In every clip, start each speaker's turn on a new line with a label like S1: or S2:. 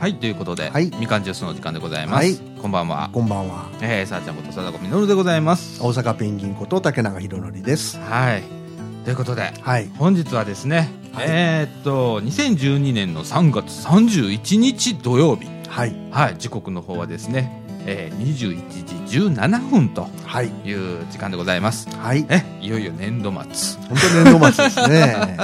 S1: はいということで、
S2: はい
S1: みかんジュースの時間でございます、
S2: はい
S1: こんばんは
S2: こんばんは。
S1: えー、さあちゃんこと貞子みのるでございます
S2: 大阪ペンギンこと竹永宏典です。
S1: はいということで
S2: はい。
S1: 本日はですね、
S2: はい
S1: えーっと2012年の3月31日土曜日
S2: はい。
S1: はい時刻の方はですね、えー、21時17分と
S2: はい。
S1: いう時間でございます
S2: はい。
S1: えいよいよ年度末
S2: 本当年度末です ね。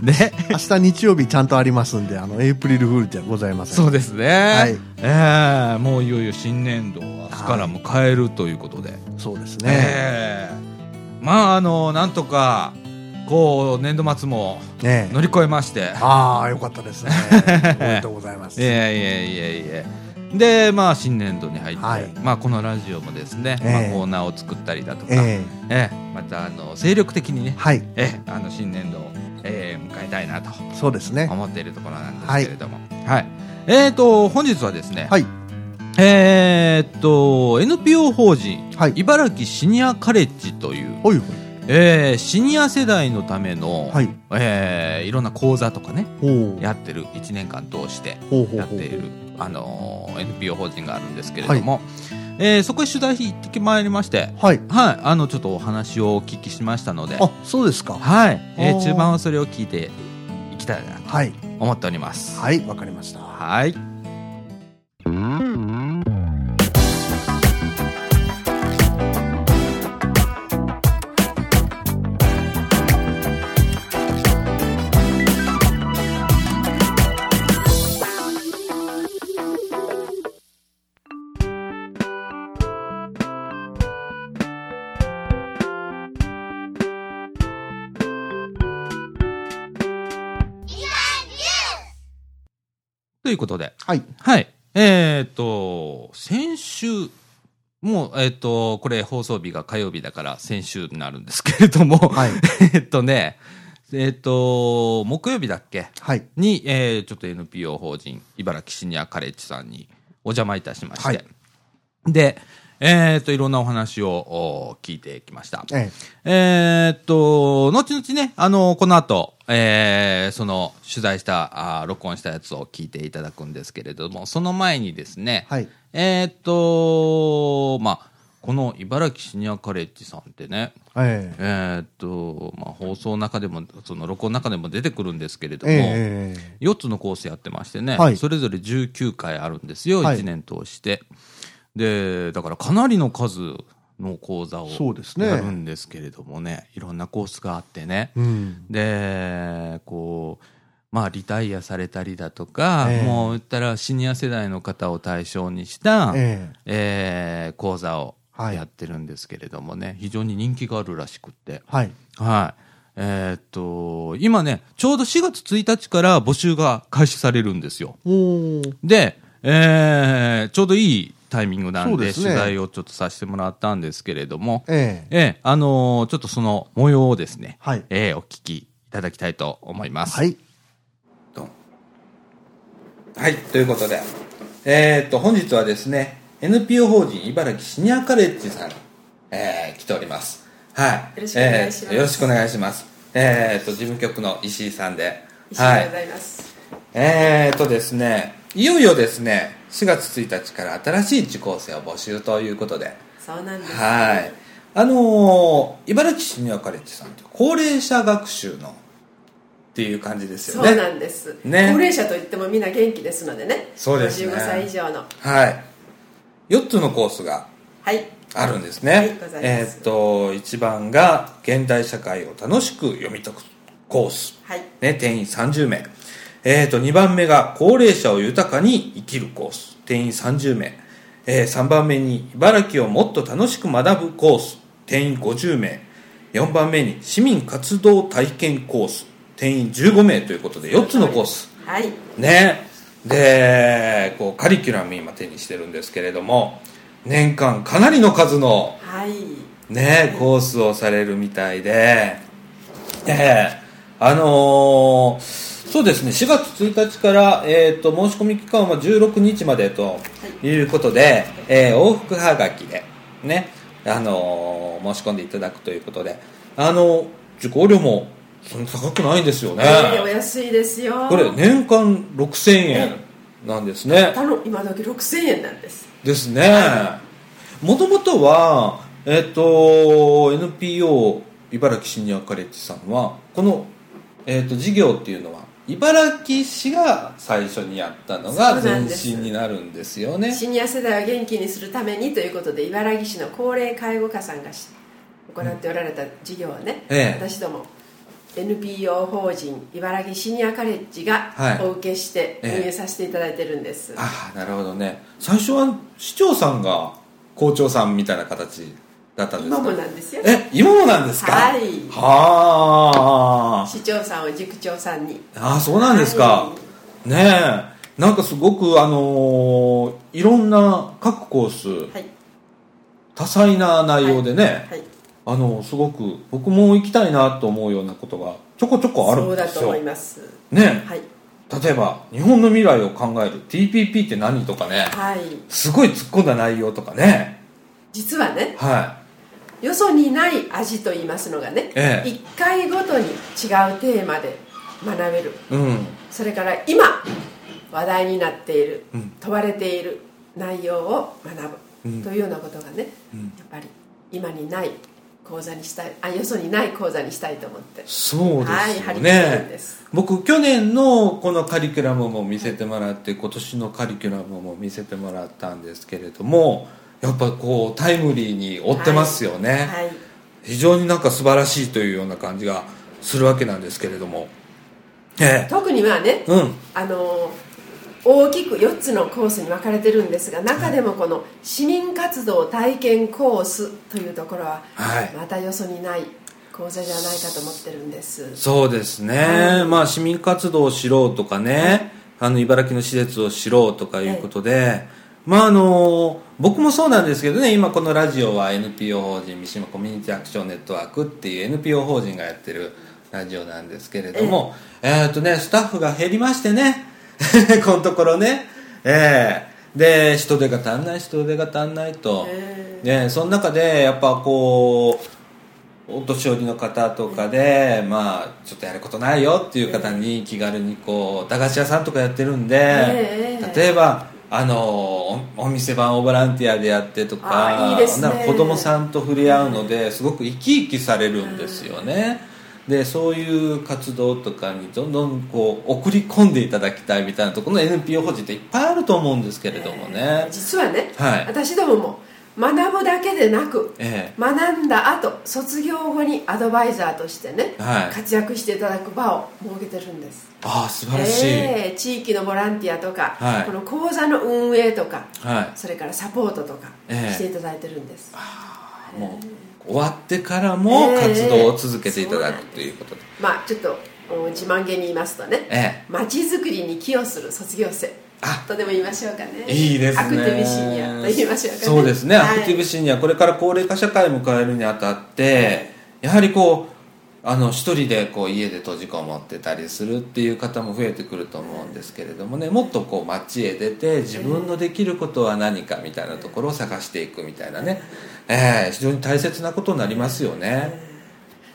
S1: ね
S2: 明日日曜日ちゃんとありますんで、あの、エイプリルフールじゃございません。
S1: そうですね、
S2: はい
S1: えーもういよいよ新年度を明日から迎えるということで、
S2: そうですね。
S1: ええまああのなんとかこう年度末も
S2: ねえ
S1: 乗り越えまして
S2: ああ、よかっ たですね。おめでとうございます。
S1: いやいやいやいやでまあ新年度に入って、
S2: はい
S1: まあ、このラジオもですね、
S2: ええ
S1: まあ、コーナーを作ったりだとか、ええ
S2: え
S1: またあの精力的にね
S2: え、はい。
S1: ええあの新年度を、ええ迎えたいなと
S2: そうですね。
S1: 思っているところなんですけれども、はいえー、と本日はですね、
S2: はい。
S1: えー、と NPO 法人
S2: はい。
S1: 茨城シニアカレッジという
S2: おい
S1: えーシニア世代のための、
S2: はいい。
S1: えーいろんな講座とかね
S2: ほう。
S1: やってる1年間通して
S2: ほうほう
S1: やっ
S2: ほう
S1: ている、あのー NPO 法人があるんですけれども、えーそこへ取材行ってまいりまして、
S2: はい。
S1: はい、あのちょっとお話をお聞きしましたので、
S2: あ、そうですか。
S1: はいえー
S2: あー
S1: 中盤はそれを聞いていきたいなと
S2: はい。
S1: 思っております。
S2: はい。わかりました。
S1: はいということで、
S2: はい。
S1: はい。えっ、と、先週、もう、えっ、と、これ放送日が火曜日だから先週になるんですけれども、
S2: はい。
S1: えっとね、えっ、と、木曜日だっけ
S2: はい。
S1: に、えーちょっと NPO 法人、茨城シニアカレッジさんにお邪魔いたしまして、
S2: はい
S1: で、えっ、と、いろんなお話をお聞いてきました。
S2: ええ。
S1: えーっと、後々ね、あの、この後、えーその、取材した、あー録音したやつを聞いていただくんですけれども、その前にですね、
S2: はい。
S1: えーっと、まあ、この茨城シニアカレッジさんってね、
S2: ええ。
S1: えーっと、まあ、放送の中でも、その録音の中でも出てくるんですけれども、
S2: ええ。
S1: 4つのコースやってましてね、
S2: はい
S1: それぞれ19回あるんですよ、
S2: はい
S1: 1年通して。で、だからかなりの数の講座を
S2: そうですね
S1: やるんですけれどもね、いろんなコースがあってね。
S2: うん。
S1: で、こう、まあ、リタイアされたりだとか、
S2: ええ
S1: もう言ったらシニア世代の方を対象にした、え
S2: ええ。
S1: ー講座を
S2: はい
S1: やってるんですけれどもね、非常に人気があるらしくって。
S2: はい。
S1: はい。えーっと、今ね、ちょうど4月1日から募集が開始されるんですよ。
S2: おー。
S1: で、えーちょうどいいタイミングなん
S2: そう
S1: で、
S2: ですね
S1: 取材をちょっとさせてもらったんですけれども、
S2: ええ。
S1: ええあのーちょっとその模様をですね、
S2: はい。
S1: ええお聞きいただきたいと思います。
S2: はい。
S1: はい、ということで、えーっと、本日はですね、NPO 法人茨城シニアカレッジさんに、えー来ております。はい。
S3: よろしくお願いします
S1: えーよろしくお願いします。えーっと、事務局の石井さんで。
S3: 一緒でございます、
S1: えーっとですね、いよいよですね、4月1日から新しい受講生を募集ということで、
S3: そうなんです
S1: はい。あのー茨城市ニアカレッジさんって高齢者学習のっていう感じですよ
S3: そう
S1: ね。
S3: なんです、
S1: ね
S3: 高齢者といってもみんな元気ですのでね
S1: そうですね
S3: 55歳以上の
S1: はい。4つのコースが
S3: はい
S1: あるんですね。
S3: はいございます
S1: えーっと、1番が現代社会を楽しく読み解くコース。
S3: はい
S1: ね、定員30名。えー、と、2番目が高齢者を豊かに生きるコース。定員30名。えー、3番目に茨城をもっと楽しく学ぶコース。定員50名。4番目に市民活動体験コース。定員15名ということで、4つのコース。
S3: はい
S1: ね。で、こう、カリキュラム今手にしてるんですけれども、年間かなりの数の
S3: はい
S1: ねコースをされるみたいで、ええあのーそうですね、4月1日から、えー、と申し込み期間は16日までということで、えー往復はがきで、ねあのー申し込んでいただくということで、あのー受講料もそんな高くないんですよね。
S3: えーお安いですよ
S1: これ年間6000円なんですね。
S3: 頼む今時6000円なんです
S1: ですね。もともとは、えっ、と、NPO 茨城シニアカレッジさんは、この、えっ、と、事業っていうのは、茨城市が最初にやったのが
S3: そうな
S1: 前
S3: んです
S1: 身になるんですよね。
S3: シニア世代を元気にするためにということで茨城市の高齢介護課さんがし行っておられた事業はね、
S1: ええ
S3: 私ども NPO 法人茨城シニアカレッジが
S1: はい
S3: お受けして運
S1: ええ
S3: 営させていただいてるんです、
S1: ああ、なるほどね。最初は市長さんが校長さんみたいな形だったんです
S3: 今
S1: か
S3: もなんですよ
S1: え、今もなんですか
S3: はい
S1: はあ。
S3: 市長さんを塾長さんに
S1: ああそうなんですか、
S3: は
S1: ねえなんかすごくあのーいろんな各コース
S3: はい
S1: 多彩な内容でね、
S3: はい
S1: あのすごく僕も行きたいなと思うようなことがちょこちょこある
S3: そうん
S1: で
S3: だ
S1: す
S3: と
S1: よ
S3: 思います
S1: ね
S3: はい
S1: え例えば日本の未来を考える TPP って何とかね
S3: はい
S1: すごい突っ込んだ内容とかね
S3: 実はね
S1: は
S3: よそにない味と言いますのがね、
S1: ええ
S3: 一1回ごとに違うテーマで学べる
S1: いうん
S3: それから今話題になっている、
S1: うん
S3: 問われている内容を学ぶ、
S1: うん
S3: というようなことがね、
S1: うん
S3: やっぱり今にない講座にしたいあよそにない講座にしたいと思って
S1: そうです
S3: は
S1: よね、
S3: い張り切ってるんです
S1: 僕去年のこのカリキュラムも見せてもらって今年のカリキュラムも見せてもらったんですけれどもやっぱこうタイムリーに追ってますよね、
S3: はい
S1: 非常になんか素晴らしいというような感じがするわけなんですけれどもえ
S3: 特にはね
S1: え、うん
S3: あの大きく4つのコースに分かれてるんですが中でもこの市民活動体験コースというところは、
S1: はい
S3: またよそにない講座じゃないかと思ってるんです
S1: そうですね、まあ市民活動をしろとかね、あの茨城の施設を知ろうとかいうことで、まああの僕もそうなんですけどね今このラジオは NPO 法人三島コミュニティアクションネットワークっていう NPO 法人がやってるラジオなんですけれどもえーっとねスタッフが減りましてね このところねええで人手が足んない人手が足んないと、
S3: え
S1: ね、その中でやっぱこうお年寄りの方とかで、まあ、ちょっとやることないよっていう方に気軽にこう駄菓子屋さんとかやってるんで、
S3: ええ
S1: 例えばあのおお店番をボランティアでやってとか
S3: あいいですね
S1: ほんなら子供さんと触れ合うのですごく生き生きされるんですよね、でそういう活動とかにどんどんこう送り込んでいただきたいみたいなとこの NPO 法人っていっぱいあると思うんですけれどもね、
S3: 実はね、
S1: はい
S3: 私どもも学ぶだけでなく、
S1: ええ
S3: 学んだ後卒業後にアドバイザーとしてね、
S1: はい
S3: 活躍していただく場を設けてるんです
S1: ああ素晴らしい、
S3: ええ地域のボランティアとか、
S1: はい
S3: この講座の運営とか
S1: はい
S3: それからサポートとか
S1: ええ
S3: していただいてるんです、
S1: もう終わってからも
S3: ええ
S1: 活動を続けていただ
S3: そうなん
S1: く
S3: です
S1: ということで、
S3: まあちょっとうん自慢げに言いますとね
S1: え
S3: まちづくりに寄与する卒業生
S1: あ
S3: とでも言いましょうかね
S1: えいいですね
S3: アクティブシニアと言いましょうかね
S1: そうですね、アクティブ
S3: シ
S1: シニアこれから高齢化社会を迎えるにあたってやはりこうあの一人でこう家で閉じこもってたりするっていう方も増えてくると思うんですけれどもねもっとこう街へ出て自分のできることは何かみたいなところを探していくみたいなね、ええ非常に大切なことになりますよね、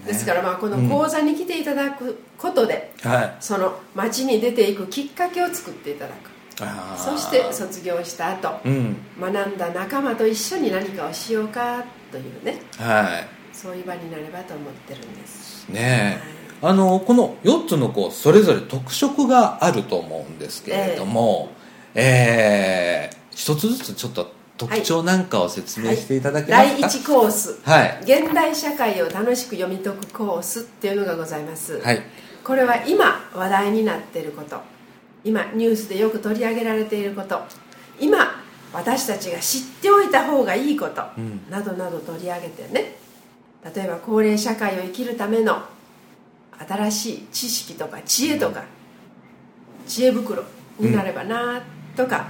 S3: ニアですからまあこの講座に来ていただくことで、
S1: はい
S3: その街に出ていくきっかけを作っていただく
S1: あー
S3: そして卒業した後
S1: うん
S3: 学んだ仲間と一緒に何かをしようかというね
S1: はい
S3: そういう場になればと思ってるんです
S1: ねえ、あのこの4つのこうそれぞれ特色があると思うんですけれども、えー一つずつちょっと特徴なんかを説明していただけま
S3: 第
S1: すか、
S3: 1コース
S1: はい
S3: 現代社会を楽しく読み解くコースっていうのがございます、
S1: はい
S3: これは今話題になっていること今ニュースでよく取り上げられていること今私たちが知っておいた方がいいこと、
S1: うん
S3: などなど取り上げてね例えば高齢社会を生きるための新しい知識とか知恵とか、知恵袋になればなとか、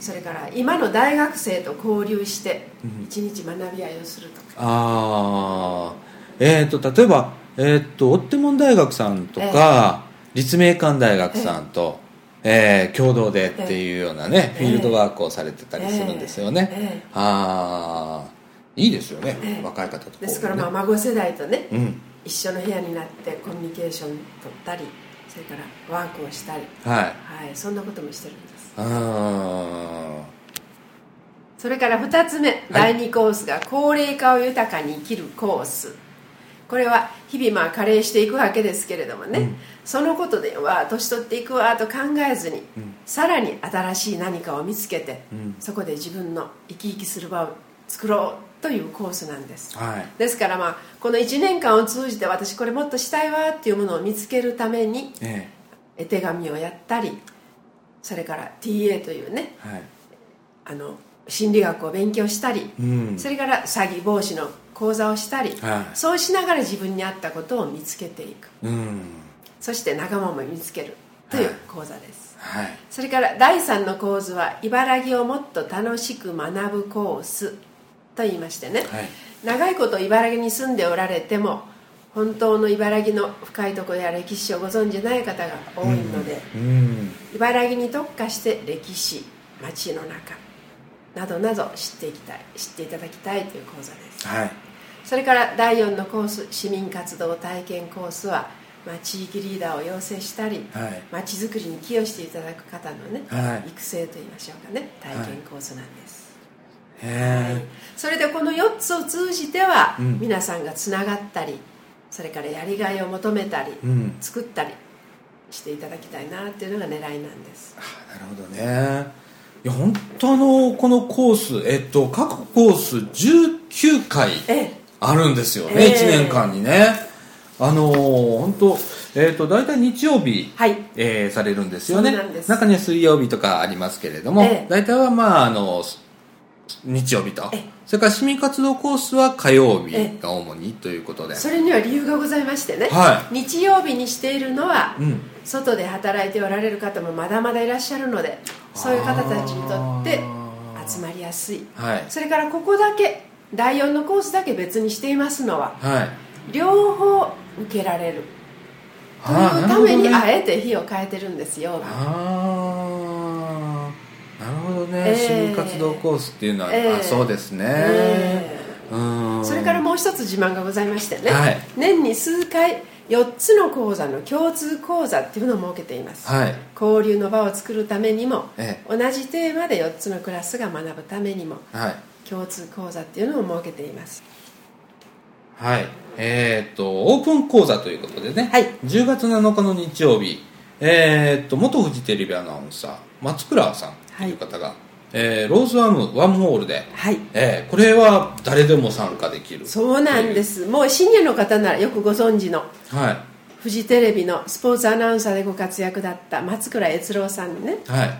S3: それから今の大学生と交流して一日学び合いをするとか、
S1: あーえー、と例えば、えー、と追手門大学さんとか、立命館大学さんと、えー共同でっていうようなね、
S3: ええ
S1: フィールドワークをされてたりするんですよね、
S3: ええええ
S1: ああいいですよね、
S3: ええ
S1: 若い方とこうね
S3: ですからまあ孫世代とね、
S1: うん
S3: 一緒の部屋になってコミュニケーション取ったりそれからワークをしたり、
S1: はい
S3: はい、そんなこともしてるんですます
S1: あ
S3: それから2つ目、第2コースが高齢化を豊かに生きるコースこれは日々まあ加齢していくわけですけれどもね、そのことでは年取っていくわと考えずに、さらに新しい何かを見つけて、
S1: ん
S3: そこで自分の生き生きする場を作ろうというコースなんです
S1: ーはい
S3: ですからまあこの1年間を通じて私これもっとしたいわっていうものを見つけるために
S1: え
S3: 絵手紙をやったりそれから TA というね
S1: えはい
S3: あの心理学を勉強したり、
S1: うん
S3: それから詐欺防止の講座をしたり、
S1: はい
S3: そうしながら自分に合ったことを見つけていく
S1: うん
S3: そして仲間も見つけるという
S1: はい
S3: 講座です、
S1: はい
S3: それから第3の講座は「茨城をもっと楽しく学ぶコース」と言いましてね、
S1: はい
S3: 長いこと茨城に住んでおられても本当の茨城の深いところや歴史をご存じない方が多いので、
S1: うん
S3: 茨城に特化して歴史街の中などなど知っていきたい知っていただきたいという講座です
S1: はい
S3: それから第4のコース市民活動体験コースは、まあ、地域リーダーを養成したり
S1: はい
S3: 街づくりに寄与していただく方のね、
S1: はい
S3: 育成といいましょうかね体験コースなんです、
S1: へえ、
S3: はいそれでこの4つを通じては、
S1: うん
S3: 皆さんがつながったりそれからやりがいを求めたり、
S1: うん
S3: 作ったりしていただきたいなっていうのが狙いなんです
S1: なるほどねいや本当あのこのコースえっと各コース19回
S3: ええ
S1: あるんですよね、
S3: ええ
S1: 1年間にねあのー本当えっと大体日曜日
S3: はい
S1: えーされるんですよね
S3: そうなんです
S1: 中には水曜日とかありますけれども、
S3: ええ
S1: 大体はまああの日曜日と
S3: ええ
S1: それから市民活動コースは火曜日
S3: ええ
S1: が主にということで、
S3: それには理由がございましてね、
S1: は
S3: 日曜日にしているのは、
S1: うん
S3: 外で働いておられる方もまだまだいらっしゃるのでそういう方たちにとって
S1: あー
S3: 集まりやすい
S1: はい
S3: それからここだけ第4のコースだけ別にしていますのは
S1: はい
S3: 両方受けられると
S1: あーなる
S3: いうた
S1: ほど
S3: めに
S1: ね
S3: あえて日を変えてるんですよ
S1: ああなるほどね、
S3: ええ
S1: 市民活動コースっていうのは、
S3: ええ
S1: あそうですね、
S3: え
S1: うん
S3: それからもう一つ自慢がございましてね、
S1: はい
S3: 年に数回4つの講座の共通講座っていうのを設けています、
S1: はい
S3: 交流の場を作るためにも、
S1: え
S3: 同じテーマで4つのクラスが学ぶためにも
S1: はい
S3: 共通講座っていうのを設けています
S1: はいえーっとオープン講座ということでね、
S3: はい
S1: 10月7日の日曜日えーっと元フジテレビアナウンサー松倉さんという方が、えーローズワームワームホールで、
S3: はい
S1: えーこれは誰でも参加できる
S3: そうなんですもうシニアの方ならよくご存知の
S1: は
S3: フジテレビのスポーツアナウンサーでご活躍だった松倉悦郎さんにね
S1: いはい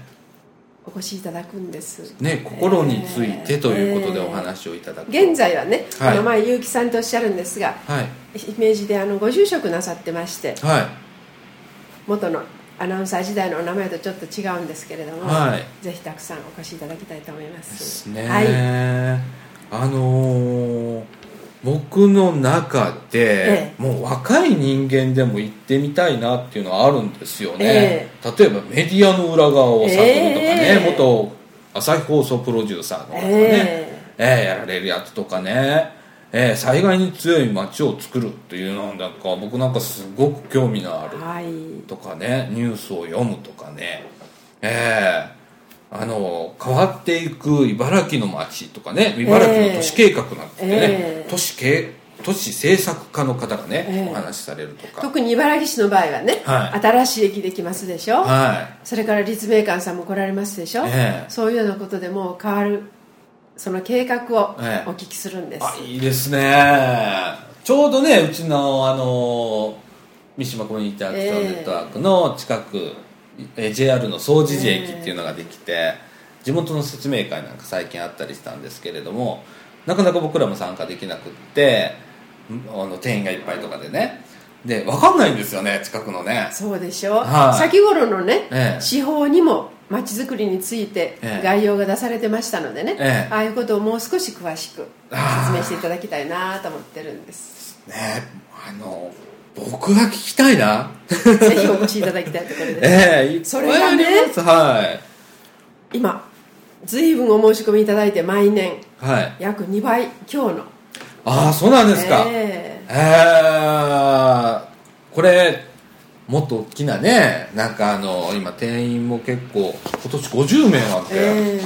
S3: お越しいただくんです
S1: ね心についてということで
S3: えー
S1: お話をいただくと、
S3: 現在はね、
S1: はい
S3: お名前結城さんとおっしゃるんですが
S1: はい
S3: 姫路であのご住職なさってまして
S1: はい
S3: 元のアナウンサー時代のお名前とちょっと違うんですけれども、
S1: はい
S3: ぜひたくさんお越しいただきたいと思いま
S1: ですすね、
S3: はい、
S1: あのー僕の中で
S3: え、
S1: もう若い人間でも行ってみたいなっていうのはあるんですよね、
S3: え
S1: 例えばメディアの裏側を探るとかね、
S3: ええ
S1: 元朝日放送プロデューサーの方がね、
S3: え
S1: ええやられるやつとかね、ええ災害に強い街を作るっていうのなんか僕なんかすごく興味のある
S3: はい
S1: とかねニュースを読むとかねええあの変わっていく茨城の街とかね茨城の都市計画なんてね、
S3: ええ
S1: 都市計都市政策課の方がね、
S3: ええ
S1: お話しされるとか
S3: 特に茨城市の場合はね、
S1: は
S3: 新しい駅できますでしょ、
S1: は
S3: それから立命館さんも来られますでしょ、
S1: ええ
S3: そういうようなことでもう変わるその計画を
S1: ええ
S3: お聞きするんです、
S1: いあいいですねちょうどねうちのあの三島コミュニティアクションネットワークの近く、えー JR の総除寺駅っていうのができて、地元の説明会なんか最近あったりしたんですけれどもなかなか僕らも参加できなくってんあの店員がいっぱいとかでねで分かんないんですよね近くのね
S3: そうでしょ、
S1: はい
S3: 先頃のね、
S1: ええ
S3: 司法にもまちづくりについて
S1: ええ
S3: 概要が出されてましたのでね、
S1: ええ
S3: ああいうことをもう少し詳しく説明していただきたいなと思ってるんです
S1: ねあの僕が聞きたいな
S3: ぜひお越しいただきたいところ です、
S1: ええいっぱ
S3: そ
S1: い
S3: れがね
S1: ありますはい
S3: 今随分お申し込みいただいて毎年
S1: はい
S3: 約2倍強の
S1: ああそうなんですか、
S3: ええ
S1: えー、これもっと大きなねなんかあの今店員も結構今年50名なんて、
S3: え
S1: ね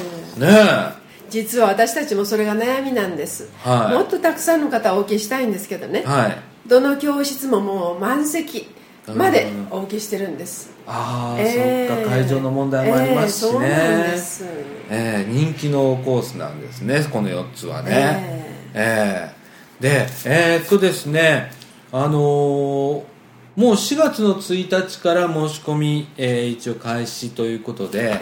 S1: え
S3: 実は私たちもそれが悩みなんです、
S1: はい
S3: もっとたくさんの方をお受けしたいんですけどね、
S1: はい
S3: どの教室ももう満席までお受けしてるんです、
S1: ああ、
S3: え
S1: そっ
S3: ー
S1: か会場の問題もありますしね、
S3: えーそうなんです
S1: えー人気のコースなんですねこの4つはねえーでえーっとですねあのーもう4月の1日から申し込み、えー一応開始ということで、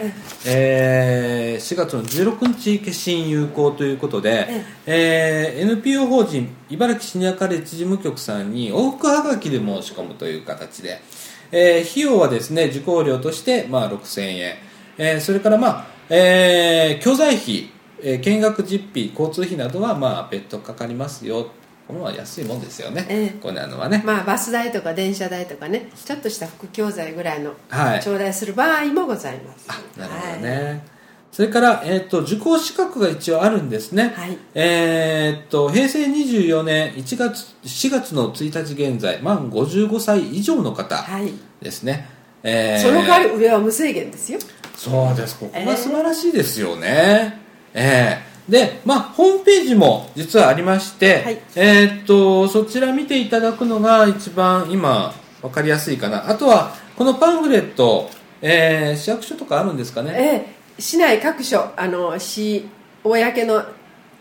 S1: えー4月の16日決心有効ということで、えー NPO 法人茨城シニアカレッジ事務局さんに往復はがきで申し込むという形で、えー費用はですね受講料として、まあ、6000円、えーそれから、まあえー教材費、えー見学実費交通費などは、まあ、別途かかりますよこのは安いもんですよね、
S3: ええ
S1: こういうのはね、
S3: まあバス代とか電車代とかねちょっとした副教材ぐらいの
S1: はい
S3: 頂戴する場合もございます、
S1: なるほどね、それから、えー、と受講資格が一応あるんですね、
S3: はい
S1: えーっと平成24年1月4月の1日現在満55歳以上の方
S3: はい、はい
S1: ですね、えー
S3: その代わり上は無制限ですよ
S1: そうですここが素晴らしいですよねええでまあホームページも実はありまして、
S3: はい
S1: えーっとそちら見ていただくのが一番今わかりやすいかなあとはこのパンフレット、えー市役所とかあるんですかね
S3: ええ市内各所あの市公の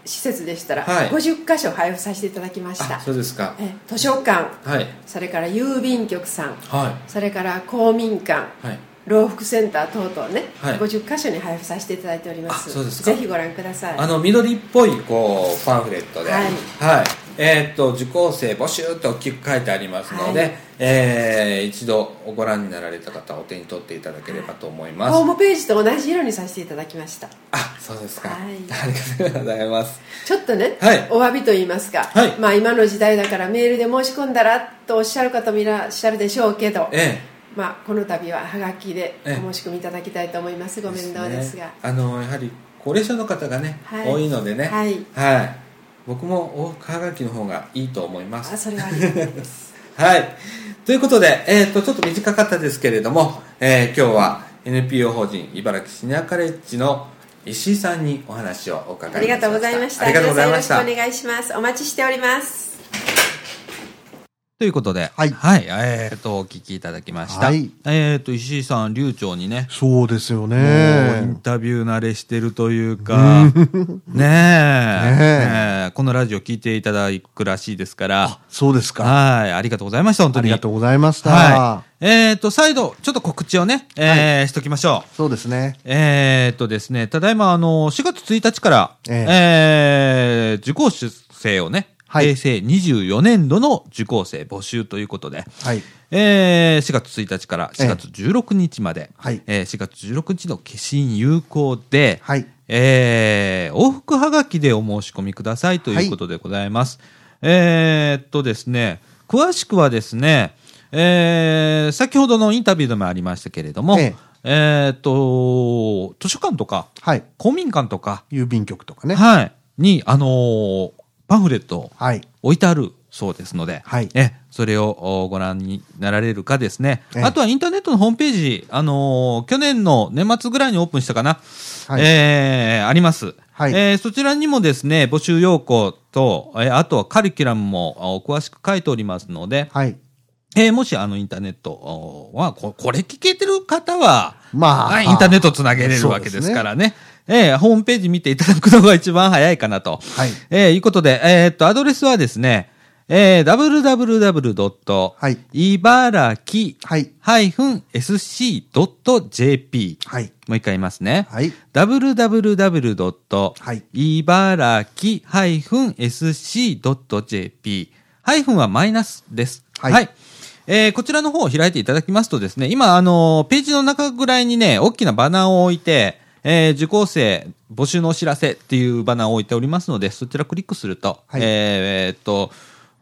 S3: 施設でしたら、
S1: はい
S3: 50箇所配布させていただきました
S1: あそうですか
S3: ええ図書館
S1: はい
S3: それから郵便局さん
S1: は
S3: それから公民館
S1: いはい
S3: 老福センター等々ね、
S1: はい
S3: 50箇所に配布させていただいております
S1: あそうですか
S3: ぜひご覧ください
S1: あの緑っぽいこうパンフレットで、は
S3: はいい
S1: えーっと受講生募集と大きく書いてありますので、
S3: はい
S1: えー一度ご覧になられた方はお手に取っていただければと思います、
S3: ホームページと同じ色にさせていただきました
S1: あそうですか、
S3: はい
S1: ありがとうございます
S3: ちょっとね、
S1: はい
S3: お詫びと言いますか、
S1: はい
S3: まあ、今の時代だからメールで申し込んだらとおっしゃる方もいらっしゃるでしょうけど、
S1: え
S3: まあ、この度ははがきで
S1: ええ
S3: お申し込みいただきたいと思います
S1: え
S3: ご面倒ですが
S1: ねあのやはり高齢者の方がね、
S3: はい
S1: 多いのでね
S3: はい
S1: はい僕もおはがきの方がいいと思いま
S3: あ
S1: す
S3: それはありがたいです
S1: はい。ということで、えっ、と、ちょっと短かったですけれども、えー今日は NPO 法人茨城シニアカレッジの石井さんにお話をお伺いしました。
S3: ありがとうございました
S1: ありがとうございました
S3: 皆さんよろ。しくお願いしますお待ちしております
S1: ということで、
S2: はい
S1: えっ、と、お聞きいただきました。
S2: はい
S1: えっ、と、石井さん、流暢にね、
S2: そうですよ
S1: もうイン
S2: ね。
S1: タビュー慣れしてるというか、 ねえ、ねえこのラジオ聞いていただくらしいですから、
S2: そうですか。
S1: はい、ありがとうございました、本当
S2: あ
S1: に。
S2: りがとうございました。
S1: はい。えっ、と、再度、ちょっと告知をね、えーしときましょう。
S2: そうですね。
S1: えっ、とですね、ただいま、あの、4月1日から、え
S2: ええ
S1: ー受講生をね、
S2: はい
S1: 平成24年度の受講生募集ということで、
S2: はい。
S1: えー4月1日から4月16日まで、
S2: はい
S1: えー4月16日の消印有効で、
S2: はい
S1: えー往復はがきでお申し込みくださいということでございます。えーっとですね、詳しくはですね、えー先ほどのインタビューでもありましたけれども、え
S2: え
S1: ーっと、図書館とか、
S2: はい。
S1: 公民館とか、
S2: 郵便局とかね。
S1: はい、に、あのーパンフレットを
S2: はい。
S1: 置いてあるそうですので、
S2: はい
S1: えそれをおご覧になられるかですね、
S2: ええ
S1: あとはインターネットのホームページ、あのー去年の年末ぐらいにオープンしたかな、
S2: はい
S1: えーあります、
S2: はい
S1: えーそちらにもですね募集要項と、えーあとはカリキュラムもお詳しく書いておりますので、
S2: はい。
S1: えーもしあのインターネットおはこ、これ聞けてる方は、
S2: まあ
S1: はいインターネットつなげれるわけですからね。えーホームページ見ていただくのが一番早いかなと。
S2: はい
S1: えーいうことで、えーっと、アドレスはですね、えー、
S2: はい
S1: www. 茨城
S2: はい。
S1: -sc.jp。
S2: はい。
S1: もう一回言いますね。
S2: はい。はい
S1: www. 茨城 -sc.jp ハイフンはマイナスです。は。
S2: はいい
S1: えーこちらの方を開いていただきますとですね、今、あのーページの中ぐらいにね、大きなバナーを置いて、えー受講生募集のお知らせっていうバナーを置いておりますので、そちらクリックすると、
S2: はい
S1: えーえーっと、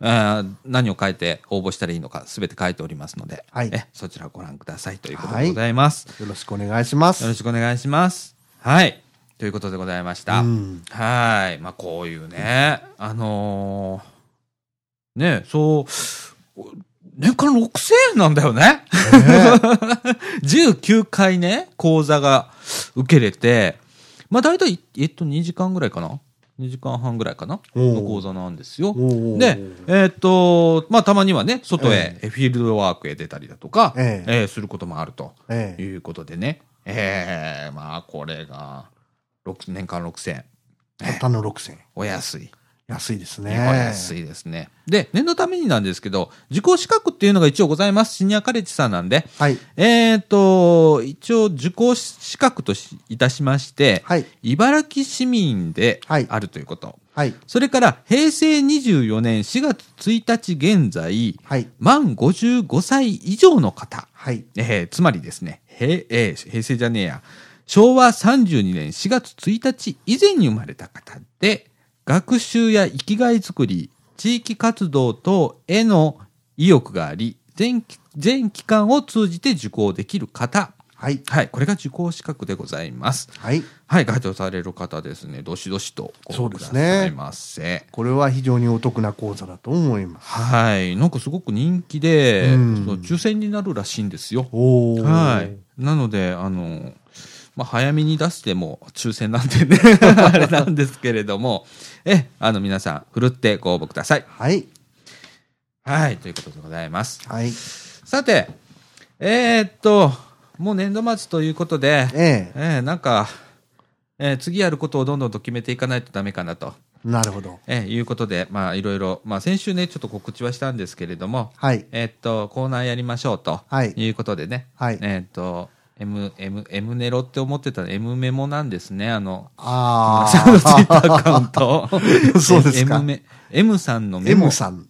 S1: あー何を書いて応募したらいいのか、すべて書いておりますので、
S2: はい
S1: えそちらをご覧くださいということでございます。
S2: よろしくお願いしま
S1: よ
S2: す
S1: ろ。しくお願いします。はい。ということでございました。
S2: うん
S1: はい。まあ、こういうね、あのーね、そう、年間6000円なんだよね。19回ね、講座が受けれて、まあ大体、えっと、2時間ぐらいかな ?2 時間半ぐらいかな
S2: おう
S1: の講座なんですよ。
S2: おう
S1: で、えっと、まあたまにはね、外へ、フィールドワークへ出たりだとか、
S2: ええ
S1: えーすることもあると
S2: ええ
S1: いうことでね。ええまあこれが、6年間6000円。
S2: たったの6000円。
S1: お安い。
S2: 安いですね。
S1: 安いですね。で、念のためになんですけど、受講資格っていうのが一応ございます。シニアカレッジさんなんで。
S2: はい。
S1: えっ、と、一応受講資格としいたしまして、
S2: はい
S1: 茨城市民で
S2: はい
S1: あるということ。
S2: はい。
S1: それから、平成24年4月1日現在、
S2: はい。
S1: 満55歳以上の方、
S2: はい。
S1: えーつまりですね、平,、えー平成じゃねえや、昭和32年4月1日以前に生まれた方で、学習や生きがいづくり、地域活動等への意欲があり、全期全期間を通じて受講できる方。
S2: はい。
S1: はい、これが受講資格でございます。
S2: はい。
S1: はい、該当される方ですね、どしどしとご応募くだ
S2: そうです
S1: さい
S2: ね
S1: ませ。
S2: これは非常にお得な講座だと思います。
S1: はい、なんかすごく人気で、そ
S2: うん
S1: の抽選になるらしいんですよ。
S2: おー
S1: はい。なので、あの、まあ、早めに出しても抽選なんでね、 あれなんですけれども、え、あの皆さん、ふるってご応募ください。
S2: はい。
S1: はい、ということでございます。
S2: はい。
S1: さて、えーっと、もう年度末ということで、え
S2: ええ。
S1: ーなんか、えー次やることをどんどんと決めていかないとダメかなと、
S2: なるほど。
S1: えーいうことで、まあ、いろいろ、まあ、先週ね、ちょっと告知はしたんですけれども、
S2: はい。
S1: えっと、コーナーやりましょうと。
S2: はい
S1: いうことでね。
S2: はい
S1: えっと、M、M、M ネロって思ってた M メモなんですね。あの、
S2: あ
S1: さんのツイッタ
S2: あ。
S1: ーアカウント。
S2: そうですか
S1: M メ M さんのメモ。
S2: M さん。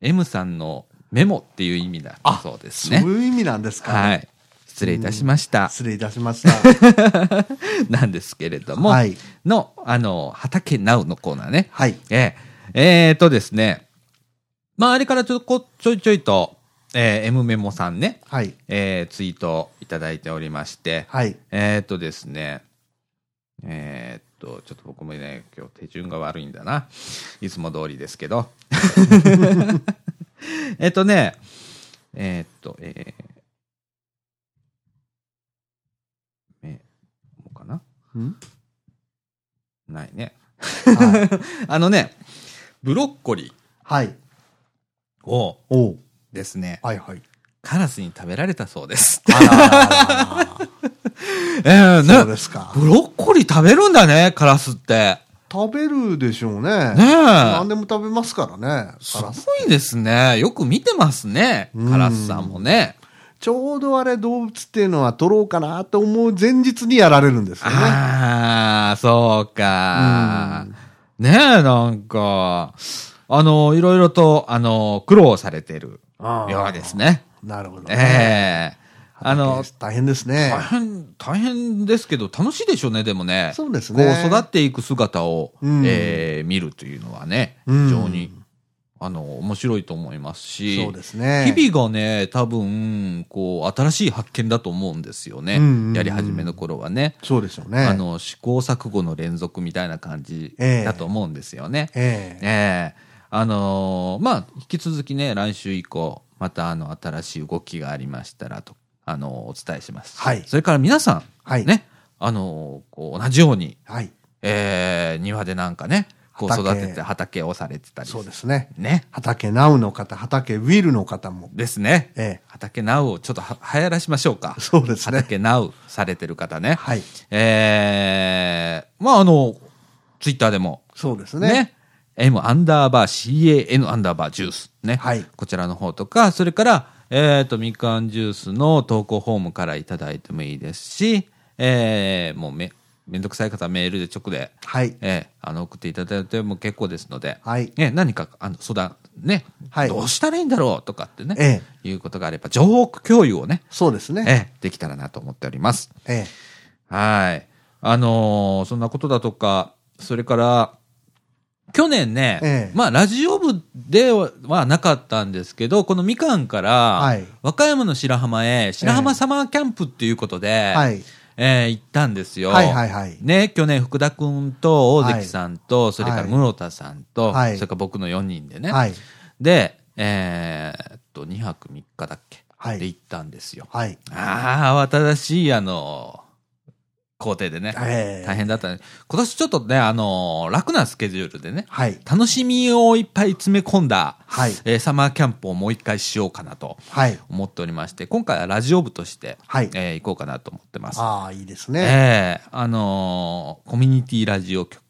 S1: M さんのメモっていう意味だそうです
S2: そう
S1: ね。
S2: いう意味なんですか。
S1: はい。失礼いたしました。
S2: 失礼いたし ました。
S1: なんですけれども、
S2: はい
S1: の、あの、畑なうのコーナーね。
S2: はい。
S1: えええー、とですね。まあ、あれからちょこちょいちょいと、えー M メモさんね。
S2: はい。
S1: えーツイートいただいておりまして、
S2: はい。
S1: えーっとですね、えーっと、ちょっと僕もね、今日手順が悪いんだな。いつも通りですけど。 えーっとね、えーっと、えー、メモかなんないね。
S2: はい。
S1: あのね、ブロッコリ
S2: はい。
S1: ーを
S2: おう。
S1: ですね、
S2: はいはい。
S1: カラスに食べられたそうです。
S2: あら あらあ
S1: えー
S2: ら。そうで、すか。
S1: ブロッコリー食べるんだね、カラスって。
S2: 食べるでしょう
S1: ね
S2: ね。
S1: え
S2: 何でも食べますからね。
S1: す
S2: カラス
S1: ごいですね。よく見てますね。
S2: うん
S1: カラスさんもね。
S2: ちょうどあれ動物っていうのは取ろうかなと思う前日にやられるんですよね。
S1: ああ、そうか。ねえ、なんか、あの、いろいろと、あの、苦労されてる
S2: あー
S1: ようですね。
S2: なるほど
S1: え
S2: ね。
S1: えあの、
S2: 大変ですね
S1: 大。変、大変ですけど、楽しいでしょうね、でもね。
S2: そうですね
S1: こう育っていく姿を、
S2: うん
S1: ええ見るというのはね、
S2: うん
S1: 非常に、あの、面白いと思いますし。
S2: そうですね。
S1: 日々がね、多分、こう、新しい発見だと思うんですよね。
S2: うんうんうん
S1: やり始めの頃はね。
S2: そうでしょうね。
S1: あの、試行錯誤の連続みたいな感じ
S2: ええ
S1: だと思うんですよね。え
S2: え
S1: え
S2: え、
S1: あのーまあ、引き続きね、来週以降、またあの、新しい動きがありましたらと、あのお伝えします。
S2: はい
S1: それから皆さん、
S2: はい
S1: ね、あのーこう、同じように、
S2: はい。
S1: えー庭でなんかね、こう育
S2: 畑
S1: てて畑をされてたり
S2: そうですね。
S1: ね。
S2: 畑ナウの方、畑ウィルの方も。
S1: ですね。
S2: ええ
S1: 畑ナウをちょっとは流行らしましょうか。
S2: そうですね
S1: 畑ナウされてる方ね。
S2: はい。
S1: えー、まああの、ツイッターでも、
S2: そうです
S1: ね。
S2: ね。
S1: M アンダーバー CAN アンダーバージュースね。
S2: はい
S1: こちらの方とか、それから、えっ、と、みかんジュースの投稿フォームからいただいてもいいですし、えー、もうめ、めんどくさい方はメールで直で、
S2: はい。
S1: ええあの、送っていただいても結構ですので、
S2: はい
S1: ね、何か、あの、相談、ね、
S2: はい
S1: どうしたらいいんだろうとかってね、
S2: え
S1: いうことがあれば、情報共有をね、
S2: そうです
S1: え
S2: ね。
S1: えできたらなと思っております。
S2: ええ。
S1: はい。あのーそんなことだとか、それから、去年ね、
S2: ええ
S1: まあ、ラジオ部でははなかったんですけど、このみかんから、
S2: い
S1: 和歌山の白浜へ、白浜サマーキャンプっていうことで、
S2: はい
S1: えー行ったんですよ。
S2: はいはいはい
S1: ね、去年福田くんと大関さんと、それから
S2: はい
S1: 室田さんと、
S2: はい
S1: それから僕の4人でね。
S2: はい。
S1: で、えーっと、2泊3日だっけ、
S2: はい
S1: で行ったんですよ。
S2: はい。
S1: ああ、慌ただしい、あの、工程でね。
S2: えー
S1: 大変だったね。今年ちょっとね、あの、楽なスケジュールでね、
S2: はい。
S1: 楽しみをいっぱい詰め込んだ、
S2: はい
S1: えーサマーキャンプをもう一回しようかなと
S2: はい。
S1: 思っておりまして、今回はラジオ部として、
S2: はい
S1: えー行こうかなと思ってます。
S2: ああ、いいですね。
S1: ええあのーコミュニティラジオ局、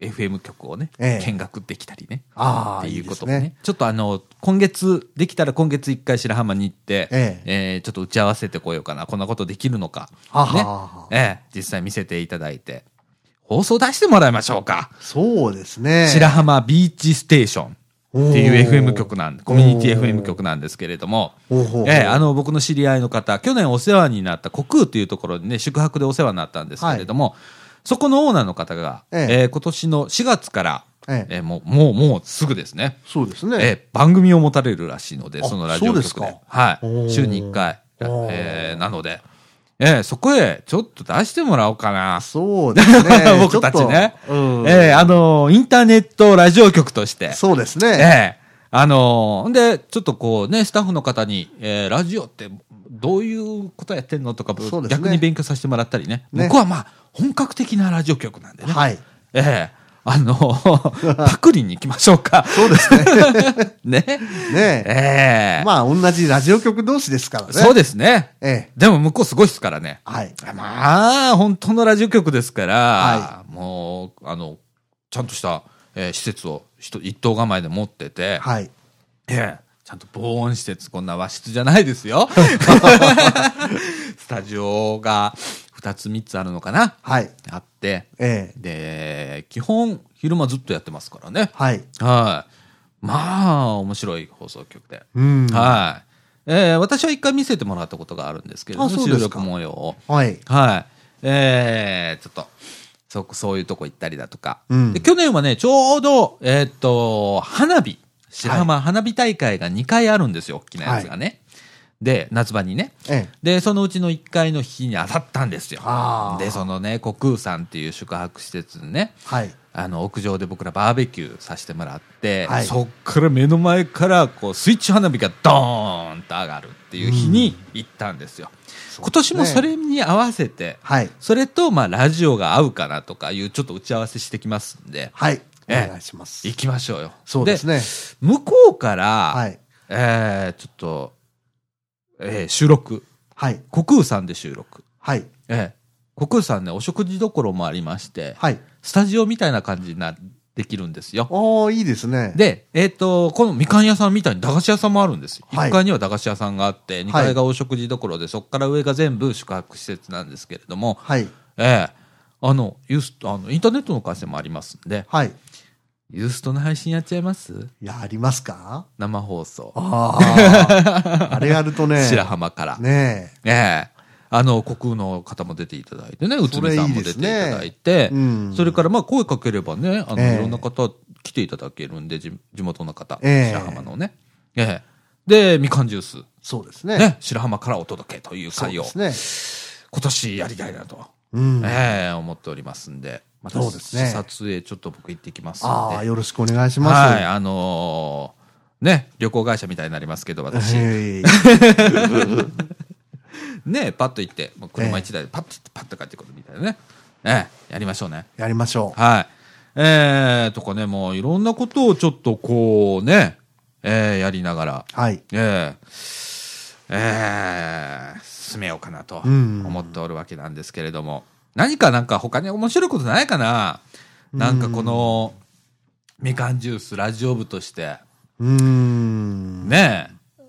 S1: FM 局をね、
S2: ええ
S1: 見学できたりね。
S2: あ
S1: っ
S2: あ、
S1: て
S2: い
S1: い
S2: いうで
S1: こと
S2: す
S1: もね
S2: ね。
S1: ちょっとあの、今月、できたら今月一回白浜に行って、
S2: ええ
S1: えーちょっと打ち合わせてこようかな。こんなことできるのか。
S2: ははは
S1: ね、ええ実際見せていただいて、放送出してもらいましょうか。
S2: そうですね。
S1: 白浜ビーチステーションっていう
S2: おー
S1: FM 局なんで、コミュニティ
S2: おー
S1: FM 局なんですけれども、
S2: ほうほうほう
S1: ええあの、僕の知り合いの方、去年お世話になった、国空というところにね、宿泊でお世話になったんですけれども、そこのオーナーの方が、
S2: え
S1: え
S2: え
S1: え今年の4月から、
S2: ええ
S1: ええもう、もう、もうすぐですね。
S2: そうですね。
S1: ええ番組を持たれるらしいので、
S2: あ
S1: そのラジオ局で。
S2: そうですか
S1: は
S2: おー
S1: い。週に1回。
S2: おー
S1: ええなので、ええそこへちょっと出してもらおうかな。。
S2: そうですね
S1: 僕たちね。
S2: ょっとうん
S1: ええあの、インターネットラジオ局として。
S2: そうですね。
S1: ええあのーんで、ちょっとこうね、スタッフの方に、えーラジオってどういうことやってんのとか、
S2: そうですね
S1: 逆に勉強させてもらったりね。
S2: ね
S1: 向こうはまあ、本格的なラジオ局なんでね。
S2: はい。
S1: ええあの ーパクリに行きましょうか。そうですね。 ね。
S2: ねえ。
S1: ええ
S2: まあ、同じラジオ局同士ですからね。
S1: そうですね。
S2: ええ。
S1: でも向こうすごいですからね。
S2: はい。
S1: まあ、本当のラジオ局ですから、
S2: は
S1: もう、あの、ちゃんとした、えー施設を一一棟構えで持ってて、
S2: はい。
S1: ええ、ちゃんと防音施設、こんな和室じゃないです よ。スタジオが2つ3つあるのかな
S2: はい。
S1: あって、
S2: ええ。
S1: で、基本昼間ずっとやってますからね。
S2: はい。
S1: はい。まあ、面白い放送局で。
S2: うん。
S1: はい。ええ私は一回見せてもらったことがあるんですけれども、
S2: あそうで
S1: 収
S2: すか
S1: 録模様を。
S2: はい。
S1: はい。えー、ちょっと、そ、そういうとこ行ったりだとか。
S2: うん
S1: で去年はね、ちょうど、えーっと、花火、白浜花火大会が2回あるんですよ、大きなやつがね。で、夏場にね。
S2: ええ。
S1: で、そのうちの1回の日に当たったんですよ
S2: あ。ー
S1: で、そのね、国空さんっていう宿泊施設にね、
S2: はい。
S1: あの、屋上で僕らバーベキューさせてもらって、
S2: はい
S1: そっから目の前から、こう、スイッチ花火がドーンと上がるっていう日に行ったんですよ。今年もそれに合わせて、
S2: はい。
S1: それと、まあ、ラジオが合うかなとかいう、ちょっと打ち合わせしてきますんで、
S2: はい。お
S1: ええ
S2: 願いします。
S1: 行きましょうよ。
S2: そうですね。
S1: 向こうから、
S2: はい。
S1: えー、ちょっと、えー収録。
S2: はい。
S1: 国空さんで収録。
S2: はい。
S1: えー、国空さんね、お食事どころもありまして、
S2: はい。
S1: スタジオみたいな感じな、できるんですよ。
S2: ああ、いいですね。
S1: で、えっ、と、このみかん屋さんみたいに駄菓子屋さんもあるんですよ。
S2: はい
S1: 1階には駄菓子屋さんがあって、2階がお食事どころで、そこから上が全部宿泊施設なんですけれども、
S2: はい。
S1: ええあの、ユースあの、インターネットの回線もありますんで、
S2: はい。
S1: ユーストの配信やっちゃいます
S2: やりますか
S1: 生放送。
S2: あ あ。あれやるとね。
S1: 白浜から。
S2: ね
S1: ええあの、国空の方も出ていただいてね、内海さんも出ていただいて、
S2: それいいで
S1: そ
S2: すねうん
S1: れからまあ声かければね、あの、
S2: ええ
S1: いろんな方来ていただけるんで、地地元の方、
S2: ええ
S1: 白浜のね。ええで、みかんジュース、
S2: え。そうですね。
S1: ね、白浜からお届けという
S2: そう
S1: 会を、
S2: です
S1: 今年やりたいなと、
S2: ね。うん。あ
S1: ええ思っておりますんで、また
S2: そうですね
S1: 撮影ちょっと僕行ってきますんで。
S2: あー、よろしくお願いし
S1: はい、
S2: ま
S1: あのーね、旅行会社みたいになりますけど、
S2: す。
S1: 私。
S2: はい。
S1: ね、パッと行って、もう車1台でパッと行って、パッと帰ってくるみたいなね。ええ、やりましょうね。
S2: やりましょう。
S1: はい。えー、とかね、もういろんなことをちょっとこうね、えーやりながら、
S2: はい。
S1: ええええ進めようかなと
S2: うん
S1: 思っておるわけなんですけれども、何かなんか他に面白いことないかななんかこの、みかんジュースラジオ部として、
S2: うーん。
S1: ねえ、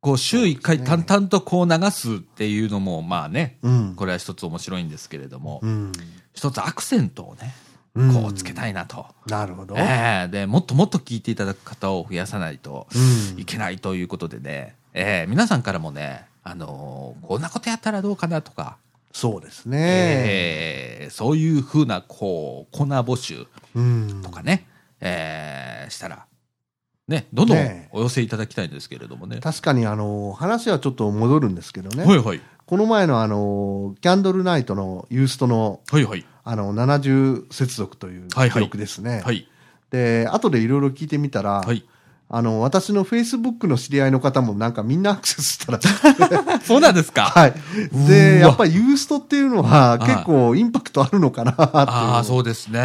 S1: こう週1回淡々とこう流すっていうのも、まあね、
S2: うん。
S1: これは一つ面白いんですけれども、
S2: うん。
S1: 一つアクセントをね、
S2: うん
S1: こうつけたいなと。
S2: なるほど。
S1: ええで、もっともっと聞いていただく方を増やさないと
S2: うん
S1: いけないということでね、ええ皆さんからもね、あのーこんなことやったらどうかなとか、
S2: そうです
S1: え
S2: ね。
S1: えそういうふうな、こう、コーナー募集
S2: うん。
S1: とかね、ええしたら、ね、どんどん
S2: ね
S1: お寄せいただきたいんですけれどもね。
S2: 確かに、あの、話はちょっと戻るんですけどね。
S1: はいはい。
S2: この前の、あの、キャンドルナイトのユーストの、
S1: はいはい。
S2: あの、70接続という
S1: はいはい
S2: 記録ですね。
S1: はい。
S2: で、後でいろいろ聞いてみたら、
S1: はい。
S2: あの、私の Facebook の知り合いの方もなんかみんなアクセスした ら、
S1: そうなんです か。
S2: はい。
S1: う
S2: で、
S1: わ
S2: やっぱりユーストっていうのは結構インパクトあるのかなっていう。
S1: ああ、そうですね。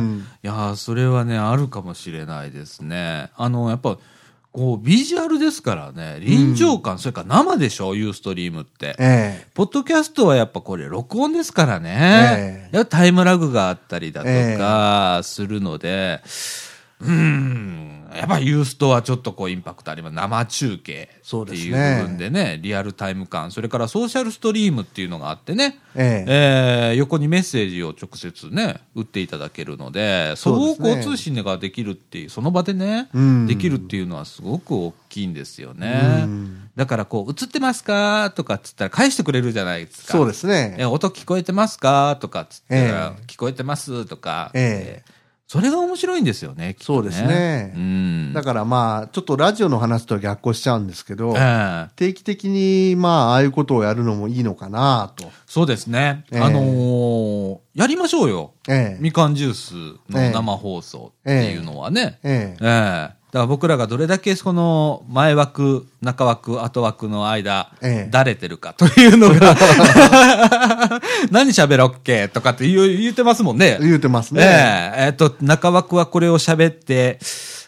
S2: ん
S1: いやー、それはね、あるかもしれないですね。あの、やっぱ、こう、ビジュアルですからね、臨場感、それから生でしょ、ユーストリームって。
S2: え
S1: ポッドキャストはやっぱこれ録音ですからね。
S2: え
S1: やっぱタイムラグがあったりだとかするので、うーん、やっぱユーストはちょっとこうインパクトあります。生中継
S2: そう
S1: って
S2: です
S1: いう
S2: ね
S1: 部分でね、リアルタイム感、それからソーシャルストリームっていうのがあってね、
S2: え
S1: えー横にメッセージを直接ね、打っていただけるので、相
S2: そ
S1: 互
S2: うですね
S1: 交通信ができるっていう、その場でね、
S2: うん
S1: できるっていうのはすごく大きいんですよね。
S2: うん
S1: だからこう、映ってますかとかっつったら返してくれるじゃないです
S2: え
S1: か。
S2: そうです
S1: え
S2: ね。
S1: 音聞こえてますかとかっつったら、
S2: え
S1: 聞こえてますとか、
S2: ええ
S1: それが面白いんですよね、きっと
S2: そうですね
S1: うん。
S2: だからまあ、ちょっとラジオの話とは逆行しちゃうんですけど、
S1: ええ
S2: 定期的にまあ、ああいうことをやるのもいいのかなと。
S1: そうですね。
S2: ええ
S1: あのーやりましょうよ。
S2: ええ
S1: みかんジュースの生放送っていうのはね。
S2: ええ
S1: ええだから僕らがどれだけその前枠、中枠、後枠の間、
S2: ええ
S1: だれてるかというのが、 何喋ろっけとかって言う言ってますもんね。
S2: 言うてます
S1: え
S2: ね。
S1: ええっと、中枠はこれを喋って、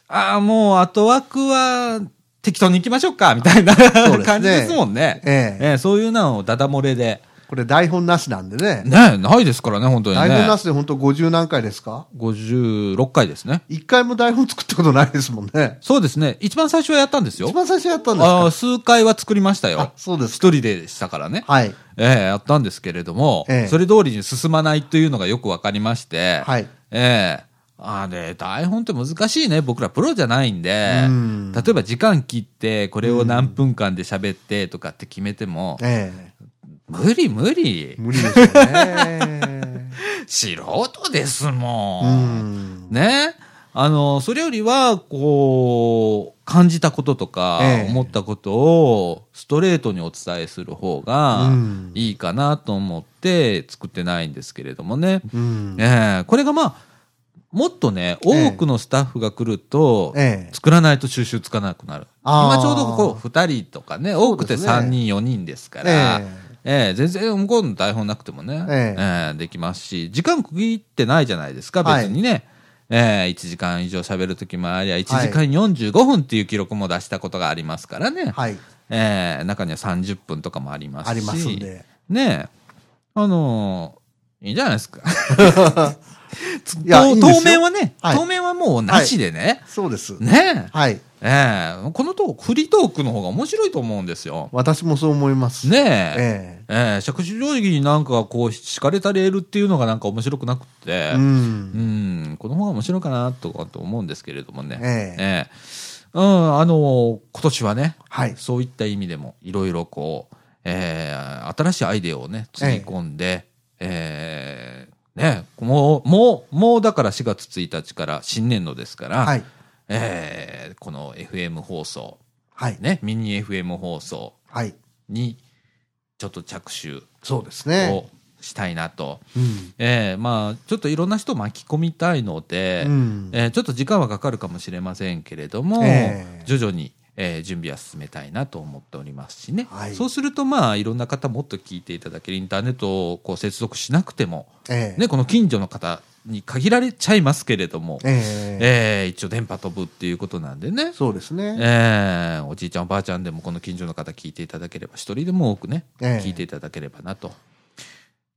S1: ああ、もう後枠は適当に行きましょうか、みたいな、
S2: すね
S1: 感じですもんね。
S2: ええ
S1: えそういうのをダダ漏れで。
S2: これ台本なしなんでね。
S1: ねないですからね、本当にね。
S2: 台本なしで本当50何回ですか
S1: 56回ですね。
S2: 一回も台本作ったことないですもんね。
S1: そうですね。一番最初はやったんですよ。
S2: 一番最初やったんです
S1: あ
S2: か
S1: あ数回は作りましたよ。
S2: あそうです
S1: 一人でしたからね。
S2: はい。
S1: ええやったんですけれども、
S2: ええ
S1: それ通りに進まないというのがよくわかりまして、
S2: はい
S1: ええあれ、台本って難しいね。僕らプロじゃないんで、
S2: うん
S1: 例えば時間切って、これを何分間で喋ってとかって決めても、
S2: ええ
S1: 無理無理。
S2: 無理ですよね。
S1: 素人です
S2: う
S1: もん。
S2: ん。
S1: ね。あの、それよりは、こう、感じたこととか
S2: え、え
S1: 思ったことをストレートにお伝えする方が
S2: うん
S1: いいかなと思って作ってないんですけれどもね。
S2: うん。
S1: ええこれがまあ、もっとね、
S2: ええ
S1: 多くのスタッフが来ると、
S2: ええ
S1: 作らないと収集つかなくなる。
S2: あー
S1: 今ちょうどここ2人とかね、多くて
S2: そうですね
S1: 3人、4人ですから、
S2: え
S1: ええ全然向こうの台本なくてもね、
S2: え
S1: ええできますし、時間区切ってないじゃないですか、別にね。ええ1時間以上喋るときもありゃ、1時間45分っていう記録も出したことがありますからね。
S2: はい。
S1: ええ中には30分とかもありますし。
S2: ありますんで。
S1: ねえ。あのーいいんじゃないですか。
S2: いや
S1: 当
S2: いいんですよ
S1: 当面はね、
S2: はい
S1: 当面はもうなしでね。
S2: そうです。
S1: ねえ。
S2: はい。
S1: ええこのトーク、フリートークの方が面白いと思うんですよ。
S2: 私もそう思います。
S1: ねえ。
S2: え
S1: ええ着手定規になんかこう、敷かれたレールっていうのがなんか面白くなくって。
S2: え。うん。
S1: うん、この方が面白いかなとかと思うんですけれどもね。
S2: え
S1: ええうん、あの、今年はね、
S2: はい
S1: そういった意味でも、いろいろこう、ええ新しいアイデアをね、つぎ込んで、ええね、もう、もう、もうだから4月1日から新年度ですから、
S2: はい。
S1: ええこの FM 放送、
S2: はい。
S1: ね、ミニ FM 放送
S2: はい。
S1: に、ちょっと着手
S2: そうですね。
S1: をしたいなと。
S2: うん。
S1: ええまあ、ちょっといろんな人を巻き込みたいので、
S2: うん
S1: えーちょっと時間はかかるかもしれませんけれども、
S2: ええ
S1: 徐々に、えー準備は進めたいなと思っておりますしね、
S2: はい
S1: そうすると、まあ、いろんな方もっと聞いていただけるインターネットをこう接続しなくても、
S2: ええ。
S1: ね、この近所の方に限られちゃいますけれども、
S2: ええ。
S1: えー一応電波飛ぶっていうことなんでね。
S2: そうですね。
S1: えーおじいちゃんおばあちゃんでもこの近所の方聞いていただければ一人でも多くね、
S2: ええ
S1: 聞いていただければなと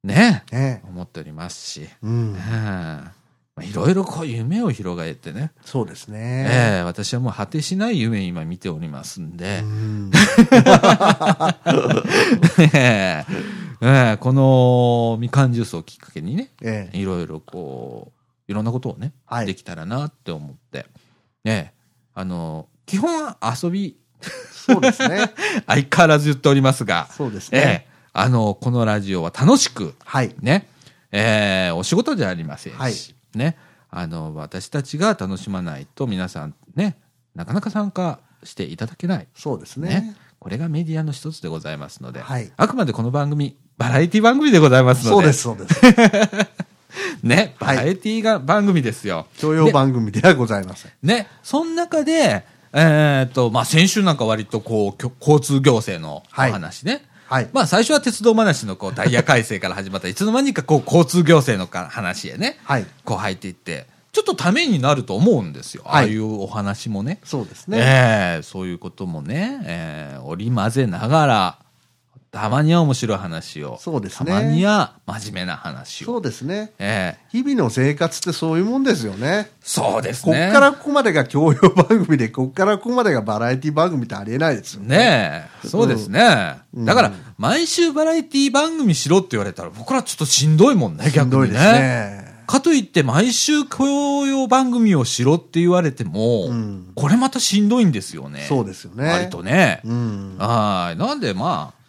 S1: ね
S2: ええ。
S1: 思っておりますし、
S2: うん
S1: うん。まあいろいろこう夢を広げてね、
S2: そうですね。
S1: ええ私はもう果てしない夢今見ておりますんで、
S2: うん。
S1: ええええこのみかんジュースをきっかけにね、
S2: え え。
S1: いろいろこう、いろんなことをね、
S2: はい
S1: できたらなって思って、ねえあの、基本は遊び、
S2: そうですね。
S1: 相変わらず言っておりますが、
S2: そうです
S1: え
S2: ね。
S1: えあの、このラジオは楽しく、
S2: はい。
S1: ね、えーお仕事じゃありませんし、
S2: はい
S1: ね、あの、私たちが楽しまないと皆さんね、なかなか参加していただけない。
S2: そうです
S1: ね。
S2: ね。
S1: これがメディアの一つでございますので、
S2: はい
S1: あくまでこの番組、バラエティ番組でございますので、
S2: そうです、そうです。
S1: ね、バ
S2: はい
S1: ラエティが番組ですよ。
S2: 教養番組ではございません。
S1: ね、その中で、えーっと、まあ、先週なんか割とこう、きょ交通行政のお
S2: はい
S1: 話ね。
S2: はい
S1: まあ、最初は鉄道話のこう、ダイヤ改正から始まった。いつの間にかこう、交通行政のか話へね。
S2: はい
S1: こう入っていって、ちょっとためになると思うんですよ。
S2: はい
S1: ああいうお話もね。
S2: そうですね。
S1: ねえそういうこともね、えー織り交ぜながら、たまには面白い話を。
S2: そうですね
S1: たまには真面目な話
S2: そ
S1: を。
S2: うですね。
S1: ええ
S2: 日々の生活ってそういうもんですよね。
S1: そうです
S2: こ
S1: ね。
S2: っからここまでが教養番組で、こっからここまでがバラエティ番組ってありえないですよね。
S1: ねえ、そうですね。だから、毎週バラエティ番組しろって言われたら、僕らちょっとしんどいもんね、
S2: しん
S1: 逆
S2: ど
S1: に
S2: い
S1: ね。
S2: ですね。
S1: かといって、毎週教養番組をしろって言われても、
S2: ん
S1: これまたしんどいんですよね。
S2: そうですよね
S1: 割とね。
S2: うん。
S1: はい。なんで、まあ、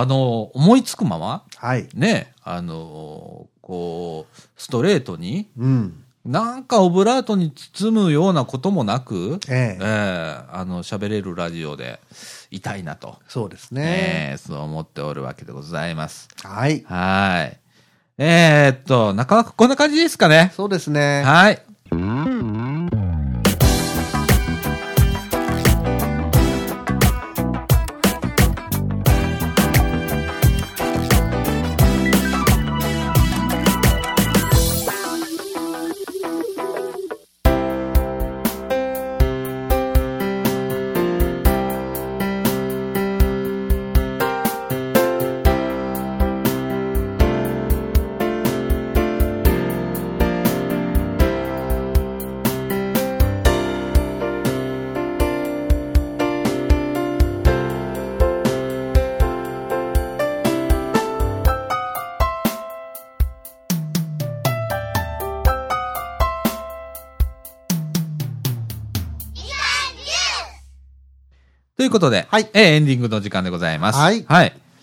S1: あの、思いつくまま、
S2: はい。
S1: ね、あの、こう、ストレートに、
S2: うん。
S1: なんかオブラートに包むようなこともなく、
S2: ええ
S1: えあの、喋れるラジオでいたいなと、
S2: そうです
S1: え
S2: ね。
S1: えそう思っておるわけでございます。
S2: はい。
S1: はい。えー、っと、なかなかこんな感じですかね。
S2: そうですね。
S1: はい。ということで、
S2: はい
S1: えーエンディングの時間でございます。
S2: はい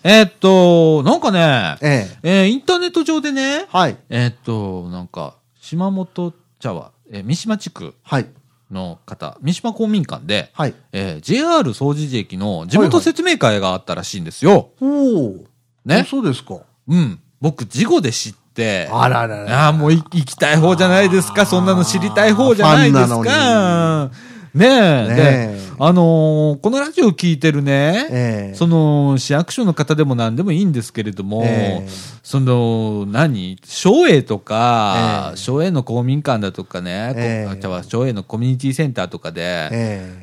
S1: えーっと、なんかね、え
S2: ええ
S1: ーインターネット上でね、
S2: はい。
S1: えーっと、なんか、島本茶は、えー三島地区
S2: はい。
S1: の方、三島公民館で、
S2: はい。
S1: えー JR 総除寺駅の地元説明会があったらしいんですよ。
S2: おお。
S1: ね
S2: あそうですか。
S1: うん。僕、事後で知って、
S2: あららら
S1: ああ、もうい行きたい方じゃないですか。そんなの知りたい方じゃないです
S2: ファン
S1: か
S2: な。
S1: ねえ。
S2: ねえ
S1: で、あのーこのラジオ聞いてるね、
S2: ええ
S1: その、市役所の方でも何でもいいんですけれども、
S2: ええ
S1: その、何省営とか
S2: え、え
S1: 省営の公民館だとかね、
S2: ええ
S1: こあじゃあ省営のコミュニティセンターとかで、
S2: え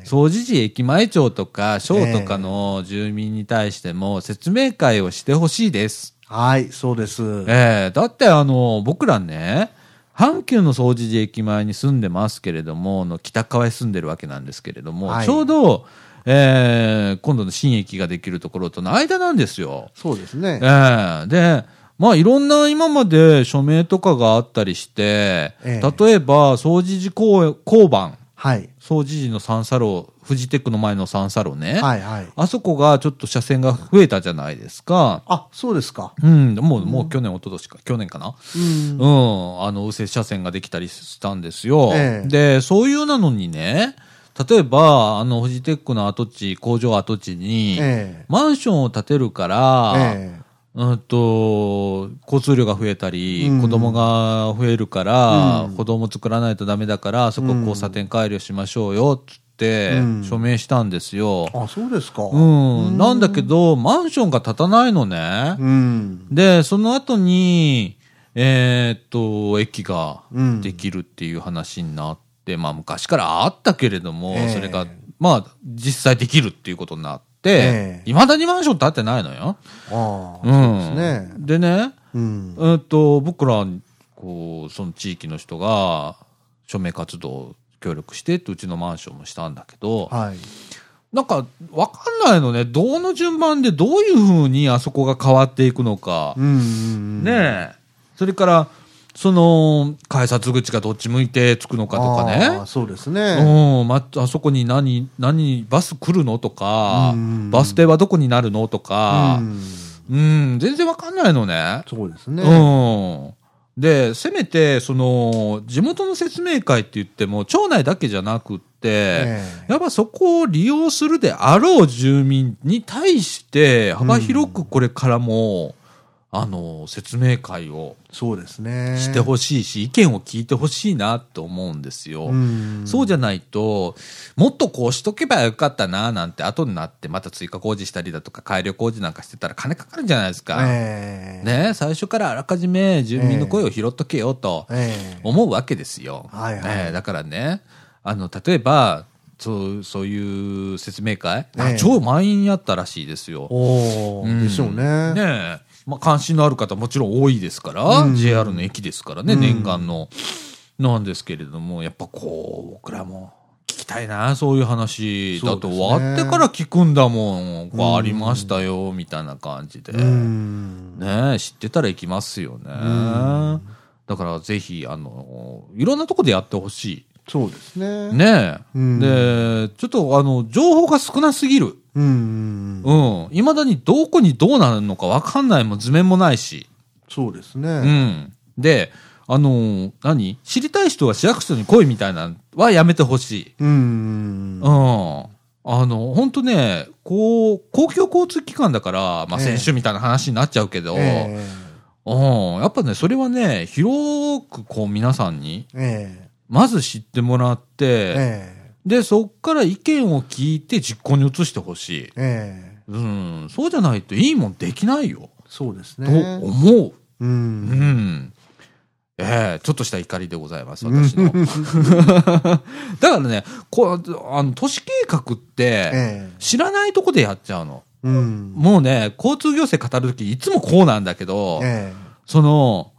S2: え
S1: 総除寺駅前町とか、省とかの住民に対しても説明会をしてほしいです。
S2: はい、そうです。
S1: ええだってあの、僕らね、阪急の総除寺駅前に住んでますけれども、の北川へ住んでるわけなんですけれども、
S2: はい
S1: ちょうど、ええ今度の新駅ができるところとの間なんですよ。
S2: そうですね
S1: え。えで、まあいろんな今まで署名とかがあったりして、
S2: ええ
S1: 例えば、総除寺交交番、
S2: はい。
S1: 総除寺の三叉路、フジテックの前の三叉路ね、
S2: はい、はい。
S1: あそこがちょっと車線が増えたじゃないですか。
S2: あ、そうですか。
S1: うん、もう、もう去年、一昨年か、去年かな。
S2: うん。
S1: うん、あの、右折車線ができたりしたんですよ。
S2: ええ
S1: で、そういうなのにね、例えば、あの、フジテックの跡地、工場跡地に、
S2: ええ
S1: マンションを建てるから、
S2: ええ
S1: うんと、交通量が増えたり、
S2: うん
S1: 子供が増えるから、
S2: うん
S1: 子供作らないとダメだから、そこ
S2: うん
S1: 交差点改良しましょうよ、つって
S2: う、ん
S1: 署名したんですよ。
S2: あ、そうですか。
S1: うん、なんだけど、マンションが建たないのね。
S2: うん。
S1: で、その後に、えーっと、駅が
S2: うん
S1: できるっていう話になって、まあ昔からあったけれども、
S2: ええ
S1: それが、まあ実際できるっていうことになって
S2: え、え
S1: い、ま、だにマンション建ってないのよ。
S2: あ
S1: う
S2: あ、
S1: ん。
S2: そうですね。
S1: でね、
S2: うん。
S1: えーっと、僕ら、こう、その地域の人が署名活動協力してって、うちのマンションもしたんだけど、
S2: はい。
S1: なんか、わかんないのね。どの順番でどういうふうにあそこが変わっていくのか。
S2: うんうんうん。
S1: ねえ。それから、その、改札口がどっち向いてつくのかとか
S2: ああ
S1: ね。
S2: そうですね。
S1: うん、ま、あそこに何、何、バス来るのとか
S2: う、ん
S1: バス停はどこになるのと
S2: う
S1: か、
S2: ん
S1: うん、全然わかんないのね。
S2: そうです
S1: う
S2: ね。
S1: ん。で、せめて、その、地元の説明会って言っても、町内だけじゃなくって、
S2: ええ
S1: やっぱそこを利用するであろう住民に対して、幅広くこれからも、あの、説明会を
S2: そうですね。
S1: してほしいし、意見を聞いてほしいなと思うんですよ。
S2: うん
S1: そうじゃないと、もっとこうしとけばよかったななんて後になって、また追加工事したりだとか、改良工事なんかしてたら金かかるじゃないですか。
S2: ええ
S1: ね、最初からあらかじめ住民の声を拾っとけよと
S2: ええ
S1: 思うわけですよ。
S2: はいはい
S1: ねだからね、あの、例えば、そう、そういう説明会、
S2: ええ
S1: 超満員やったらしいですよ。
S2: おお、
S1: ん
S2: でしょう
S1: ね
S2: ね。
S1: え。まあ、関心のある方もちろん多いですから、JR の駅ですからね、念願の。なんですけれども、やっぱこう、僕らも聞きたいな、そういう話。
S2: そ
S1: だ
S2: う
S1: と
S2: ですね
S1: 終わってから聞くんだもん、がありましたよ、みたいな感じで。
S2: うん。
S1: ねえ、知ってたら行きますよね。だからぜひ、あの、いろんなとこでやってほし
S2: そうですね。
S1: い。ねえ。
S2: うん
S1: で、ちょっとあの、情報が少なすぎる。
S2: うん。
S1: うん。いまだにどこにどうなるのかわかんないもん図面もないし。
S2: そうです
S1: う
S2: ね。
S1: ん。で、あのー何知りたい人は市役所に来いみたいなのはやめてほしい。
S2: う
S1: うん。
S2: ん。
S1: あの、本当ね、こう、公共交通機関だから、まあ、
S2: ええ
S1: 選手みたいな話になっちゃうけど、
S2: え
S1: うん。やっぱね、それはね、広くこう皆さんに、
S2: ええ
S1: まず知ってもらっ
S2: え
S1: て、
S2: え
S1: で、そっから意見を聞いて実行に移してほしい。
S2: ええ
S1: うん。そうじゃないといいもんできないよ。
S2: そうです
S1: と
S2: ね。
S1: 思う。
S2: う。
S1: うんん。ええちょっとした怒りでございます、私 の。だからね、こう、あの、都市計画って、
S2: ええ
S1: 知らないとこでやっちゃうの。
S2: うん。
S1: もうね、交通行政語るとき、いつもこうなんだけど、
S2: え
S1: その、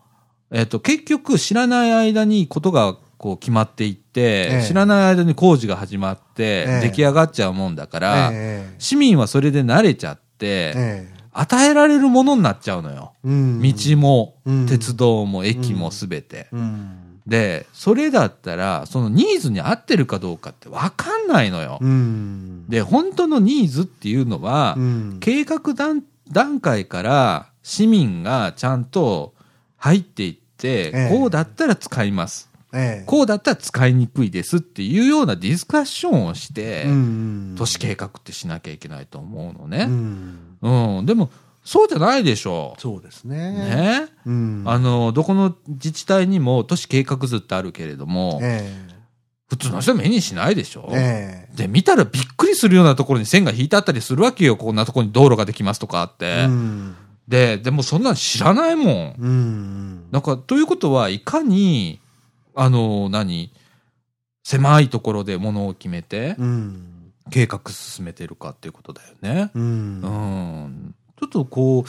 S1: えっと、結局知らない間にことがこう決まっていって、
S2: ええ
S1: 知らない間に工事が始まって、
S2: ええ
S1: 出来上がっちゃうもんだか
S2: え
S1: ら、
S2: え
S1: 市民はそれで慣れちゃって、
S2: ええ
S1: 与えられるものになっちゃうのよ。
S2: うん。
S1: 道も、
S2: うん
S1: 鉄道も、駅もすべて。
S2: うん。
S1: で、それだったら、そのニーズに合ってるかどうかってわかんないのよ。
S2: うん。
S1: で、本当のニーズっていうのは
S2: う、ん。
S1: 計画段段階から市民がちゃんと入っていって、
S2: ええ
S1: こうだったら使います。
S2: ええ
S1: こうだったら使いにくいですっていうようなディスカッションをして、
S2: うん。
S1: 都市計画ってしなきゃいけないと思うの
S2: う
S1: ね。
S2: ん。
S1: うん。でも、そうじゃないでしょ
S2: そうです
S1: う。
S2: ね。
S1: ね。
S2: うん。
S1: あの、どこの自治体にも都市計画図ってあるけれども、
S2: え
S1: 普通の人は目にしないでしょ
S2: ええ
S1: で、見たらびっくりするようなところに線が引いてあったりするわけよ。こんなところに道路ができますとかあっ
S2: え
S1: て。
S2: うん。
S1: で、でもそんなん知らないもん。
S2: うん。
S1: なんか、ということはいかに、あの、何狭いところでものを決めて、
S2: うん。
S1: 計画進めてるかっていうことだよね。
S2: うん
S1: う。ん。ちょっとこ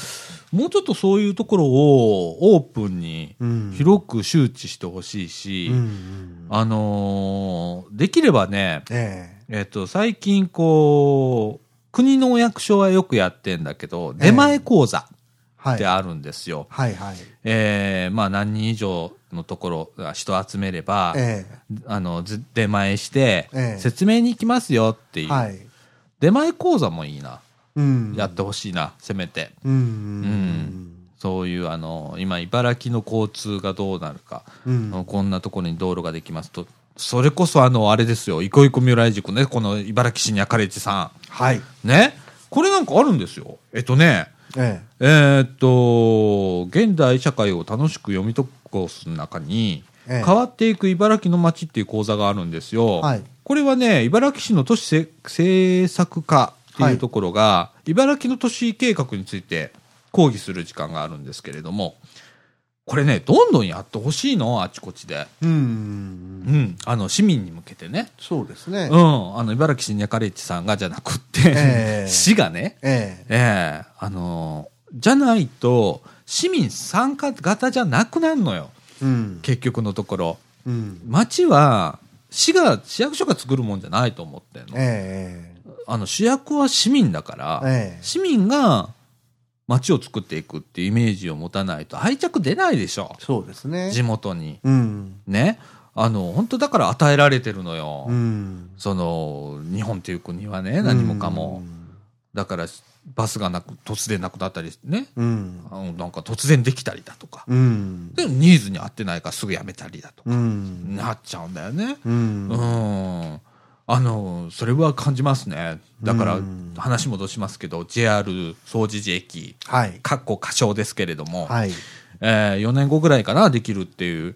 S1: う、もうちょっとそういうところをオープンに、
S2: うん。
S1: 広く周知してほしいし、
S2: うん。
S1: あのーできればね、
S2: え
S1: えっと、最近こう、国のお役所はよくやってんだけど、出前講座
S2: えは
S1: っ
S2: い。
S1: て
S2: は
S1: あるんですよ。
S2: いはい。
S1: えーまあ何人以上のところ、あ人集めれば、
S2: え
S1: あの、ず出前して、
S2: ええ
S1: 説明に行きますよってい
S2: え
S1: う。
S2: はい。
S1: 出前講座もいいな。
S2: うん。
S1: やってほしいな、せめて。
S2: うん。
S1: うんそういう、あの、今、茨城の交通がどうなるか、
S2: うん
S1: あのこんなところに道路ができますと、それこそあの、あれですよ、いこいこ未来塾ね、この茨城市に赤レ地さ
S2: はい。
S1: ん。ね。これなんかあるんですよ。えっとね、
S2: え
S1: えーっと、現代社会を楽しく読み解くコースの中に、
S2: ええ
S1: 変わっていく茨城の街っていう講座があるんですよ。
S2: はい
S1: これはね、茨城市の都市せ政策課っていうところが、茨城の都市計画について講義する時間があるんですけれども、これね、どんどんやってほしいの、あちこちで。
S2: え。うん。
S1: うん。あの、市民に向けてね。
S2: そうですね。
S1: うん。あの、茨城市にゃかれちさんがじゃなくって、
S2: ええ
S1: 市がね、
S2: ええ。
S1: ええあのーじゃないと、市民参加型じゃなくなるのよ。
S2: うん。
S1: 結局のところ。
S2: うん。
S1: 町は、市が、市役所が作るもんじゃないと思ってんの。
S2: ええ。
S1: あの、主役は市民だから、
S2: ええ
S1: 市民が町を作っていくっていうイメージを持たないと愛着出ないでしょ。
S2: そうですね。
S1: 地元に。
S2: うん。
S1: ね。あの、本当だから与えられてるのよ。
S2: うん。
S1: その、日本という国はね、何もかも。だから、バスがなく、突然なくなったりね。
S2: うん。
S1: あのなんか突然できたりだとか、
S2: うん。
S1: でもニーズに合ってないからすぐやめたりだとか、
S2: うん。
S1: なっちゃうんだよね。
S2: うん。
S1: うん。ああの、それは感じますね。だから、話戻しますけど、JR 総除寺駅、
S2: はい。
S1: かっこ仮称ですけれども、
S2: はい。
S1: え4年後ぐらいかな、できるっていう、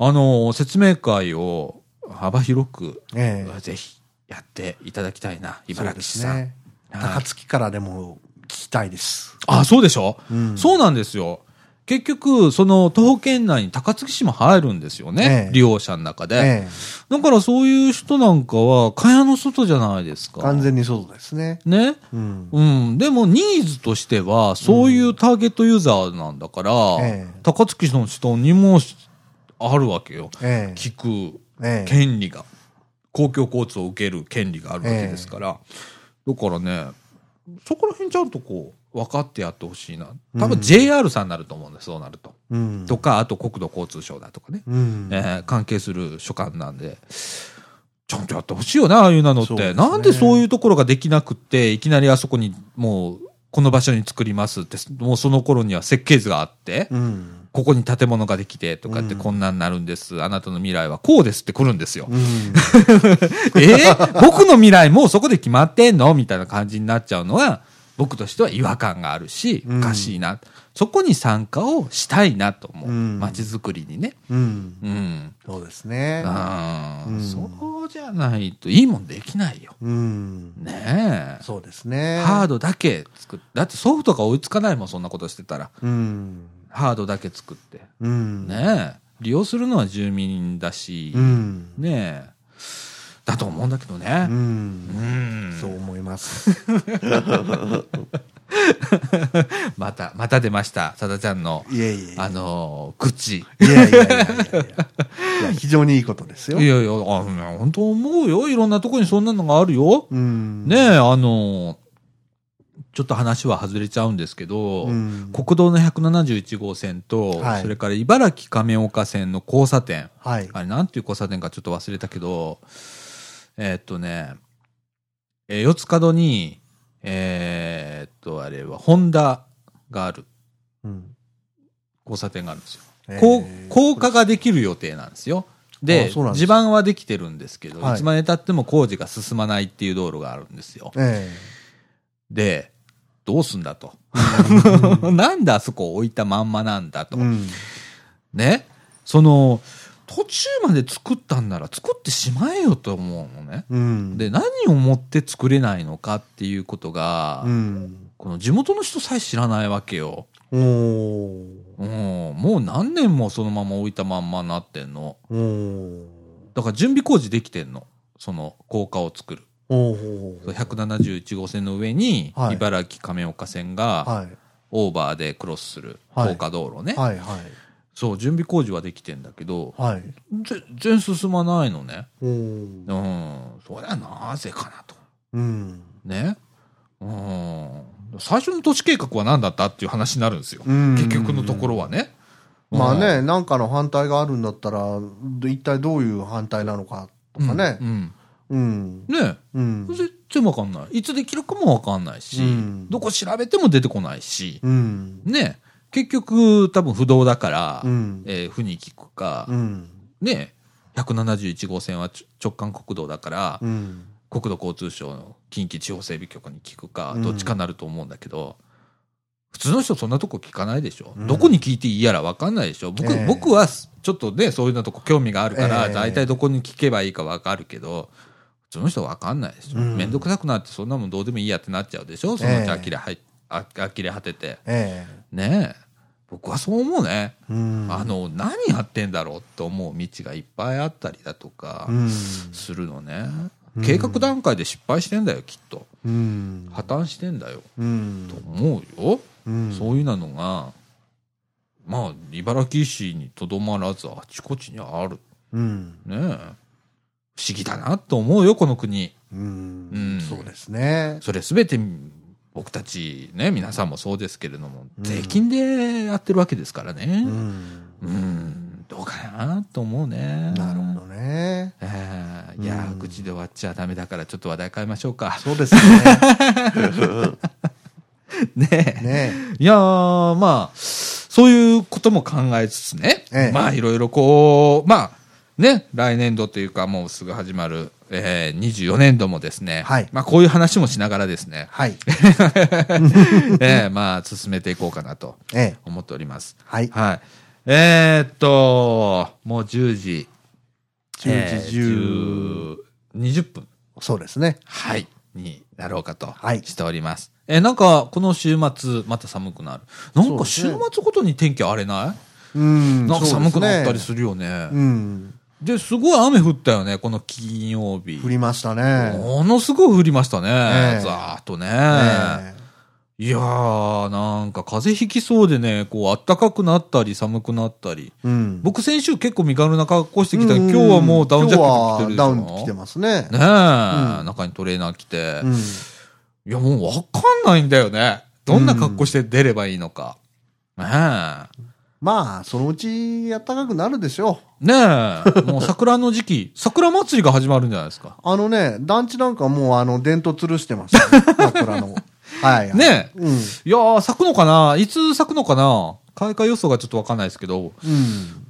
S1: あの、説明会を幅広く、
S2: ええ
S1: ぜひやっていただきたいな、
S2: そう
S1: 茨
S2: で
S1: 城市
S2: す
S1: さん。
S2: ね。
S1: はい
S2: 高槻からでも聞きたいです。
S1: あ、そうでしょ、
S2: ん
S1: そうなんですよ。結局、その、徒歩圏内に高槻市も入るんですよね。
S2: ええ
S1: 利用者の中で。
S2: ええ
S1: だからそういう人なんかは、蚊帳の外じゃないですか。
S2: 完全にそうですね。
S1: ね。
S2: うん。
S1: うん。でも、ニーズとしては、そういうターゲットユーザーなんだから、
S2: ええ
S1: 高槻市の人にもあるわけよ。
S2: ええ
S1: 聞く
S2: ええ
S1: 権利が、公共交通を受ける権利があるわけですから、だからねそこら辺ちゃんとこう分かってやってほしいな多
S2: う
S1: 分
S2: ん
S1: JR さんになると思うんですそうなると、
S2: うん。
S1: とかあと国土交通省だとかね、
S2: うん。
S1: えー関係する所管なんでちゃんとやってほしいよなああいうなのって、
S2: そうですね
S1: なんでそういうところができなくっていきなりあそこにもうこの場所に作りますってもうその頃には設計図があって、
S2: うん。
S1: ここに建物ができてとかって
S2: うん
S1: こんなんなるんです。あなたの未来はこうですって来るんですよ。
S2: うん。
S1: えー僕の未来もうそこで決まってんのみたいな感じになっちゃうのは、僕としては違和感があるし、
S2: うん
S1: おかしいな。そこに参加をしたいなと思う。
S2: うん
S1: 街づくりにね。
S2: うん。
S1: うん。
S2: そうですね。
S1: あー
S2: うん
S1: そうじゃないといいもんできないよ。
S2: うん。
S1: ねえ。
S2: そうですね。
S1: ハードだけ作っだってソフトが追いつかないもん、そんなことしてたら。
S2: うん。
S1: ハードだけ作って。
S2: うん。。
S1: ねえ。利用するのは住民だし、
S2: うん。
S1: ねえ。だと思うんだけど
S2: う。
S1: ね。うんん。
S2: そう思 います。
S1: また、また出ました。さだちゃんの、
S2: いえいえ。
S1: あのー、愚痴。
S2: いやいやいやいやいや。いや、非常にいいことです
S1: い
S2: よ
S1: や。いや、あの本当思うよ。いろんなとこにそんなのがあるよ。
S2: うん。
S1: ねえ、あのー、ちょっと話は外れちゃうんですけど、
S2: うん
S1: 国道の171号線と、
S2: はい
S1: それから茨城亀岡線の交差点。
S2: はい。
S1: あれ、なんていう交差点かちょっと忘れたけど、えーっとね、えー四つ角に、えーっと、あれは、ホンダがある
S2: うん
S1: 交差点があるんですよ。
S2: えー
S1: 高高架ができる予定なんですよ。
S2: あ
S1: で、
S2: そうなんです
S1: 地盤はできてるんですけど、
S2: はい
S1: いつまで経っても工事が進まないっていう道路があるんですよ。
S2: え
S1: で、どうすんだ と。 なんであそこ置いたまんまなんだ
S2: え
S1: と。
S2: うん。
S1: ね。その、途中まで作ったんなら作ってしまえよと思うのね。
S2: うん。
S1: で、何をもって作れないのかっていうことが、
S2: うん。
S1: この地元の人さえ知らないわけよ。
S2: おー。
S1: うん、もう何年もそのまま置いたまんまなってんの。
S2: おー。
S1: だから準備工事できてんの。その高架を作る。
S2: おー。
S1: 171号線の上に
S2: は、い
S1: 茨城亀岡線が
S2: はい。
S1: オーバーでクロスする
S2: はい
S1: 高架道路ね。
S2: はいはい。
S1: そう、準備工事はできてんだけど、
S2: はい。
S1: 全然進まないのね。
S2: おー。
S1: うん、それはなぜかなと。
S2: うん。
S1: ね。うん。最初の都市計画は何だったっていう話になるんですよ。
S2: うん
S1: 結局のところはね。
S2: まあね、
S1: うん、
S2: なんかの反対があるんだったら、一体どういう反対なのかとかね
S1: う。ん。
S2: うん。
S1: ね
S2: うん。
S1: 全然わかんない。いつできるかもわかんないし、
S2: うん
S1: どこ調べても出てこないし、
S2: うん。
S1: ね結局多分不動だから、
S2: うん。
S1: えー、府に聞くか、
S2: うん。
S1: ね171号線はちょ直管国道だから、
S2: うん。
S1: 国土交通省の近畿地方整備局に聞くか、
S2: うん
S1: どっちかなると思うんだけど、普通の人そんなとこ聞かないでしょ。
S2: うん
S1: どこに聞いていいやらわかんないでしょ。僕、
S2: ええ
S1: 僕はすちょっとね、そういうのとこ興味があるから、
S2: ええ
S1: 大体どこに聞けばいいかわかるけど、普通の人わかんないでしょ。
S2: うん
S1: めんどくさくなってそんなもんどうでもいいやってなっちゃうでしょ。そのうち呆れは、あ呆れ果てて。
S2: え
S1: ねえ。僕はそう思うね。
S2: え。うん。
S1: あ、の、何やってんだろうと思う道がいっぱいあったりだとか、
S2: うん。
S1: するのね、
S2: うん
S1: 計画段階で失敗してんだよきっと
S2: うん。
S1: 破綻してんだよ、
S2: うん
S1: と。思うよ、
S2: うん。
S1: そういうなのがまあ茨城市にとどまらずあちこちにある
S2: うん。
S1: ねえ不思議だなと思うよこの国
S2: うん
S1: うん
S2: そうですね。
S1: それ全て僕たちね皆さんもそうですけれども税金でやってるわけですからね
S2: うん。
S1: うんどうかなと思うね
S2: なるほどね。
S1: ええいやー、
S2: うん
S1: 口で終わっちゃダメだからちょっと話題変えましょうか
S2: そうですね。
S1: ねえ
S2: ね
S1: いやー、まあ、そういうことも考えつつね、
S2: ええ
S1: まあいろいろこう、まあね、来年度というかもうすぐ始まるえー、24年度もですね、
S2: はい
S1: まあ、こういう話もしながらです ね、
S2: はい。
S1: えー、まあ、進めていこうかなと
S2: ええ。
S1: 思っております。
S2: はい。
S1: はい。えー、っと、もう10時、
S2: 10時10、
S1: えー10 20分。
S2: そうですね。
S1: はい。になろうかと
S2: はい
S1: しております。えーなんか、この週末、また寒くなる。なん
S2: そ
S1: か
S2: うです
S1: 週
S2: ね
S1: 末ごとに天気荒れない、
S2: うん。
S1: なんか寒くなったり
S2: る。
S1: するよね。
S2: うん。
S1: で、すごい雨降ったよね、この金曜日。
S2: 降りましたね。
S1: ものすごい降りましたね。
S2: ええ
S1: ざーっとね。
S2: ええ
S1: いやー、なんか風邪ひきそうでね、こう、暖かくなったり寒くなったり。
S2: うん。
S1: 僕先週結構身軽な格好してきたけど、
S2: うん
S1: 今日はもうダウンジャケット着てるでしょ。
S2: 今日はダウン着てますね。
S1: ねえ、
S2: うん
S1: 中にトレーナー着て。
S2: うん。
S1: いや、もうわかんないんだよね。どんな格好して出ればいいのか。ねえ。
S2: まあ、そのうち暖かくなるでしょう。
S1: ねえ。もう桜の時期、 桜祭りが始まるんじゃないですか。
S2: あのね、団地なんかもうあの、電灯吊るし てます、ね。桜の。はい。
S1: ねえ。
S2: うん。うん。
S1: いやー、咲くのかないつ咲くのかな開花予想がちょっとわかんないですけど。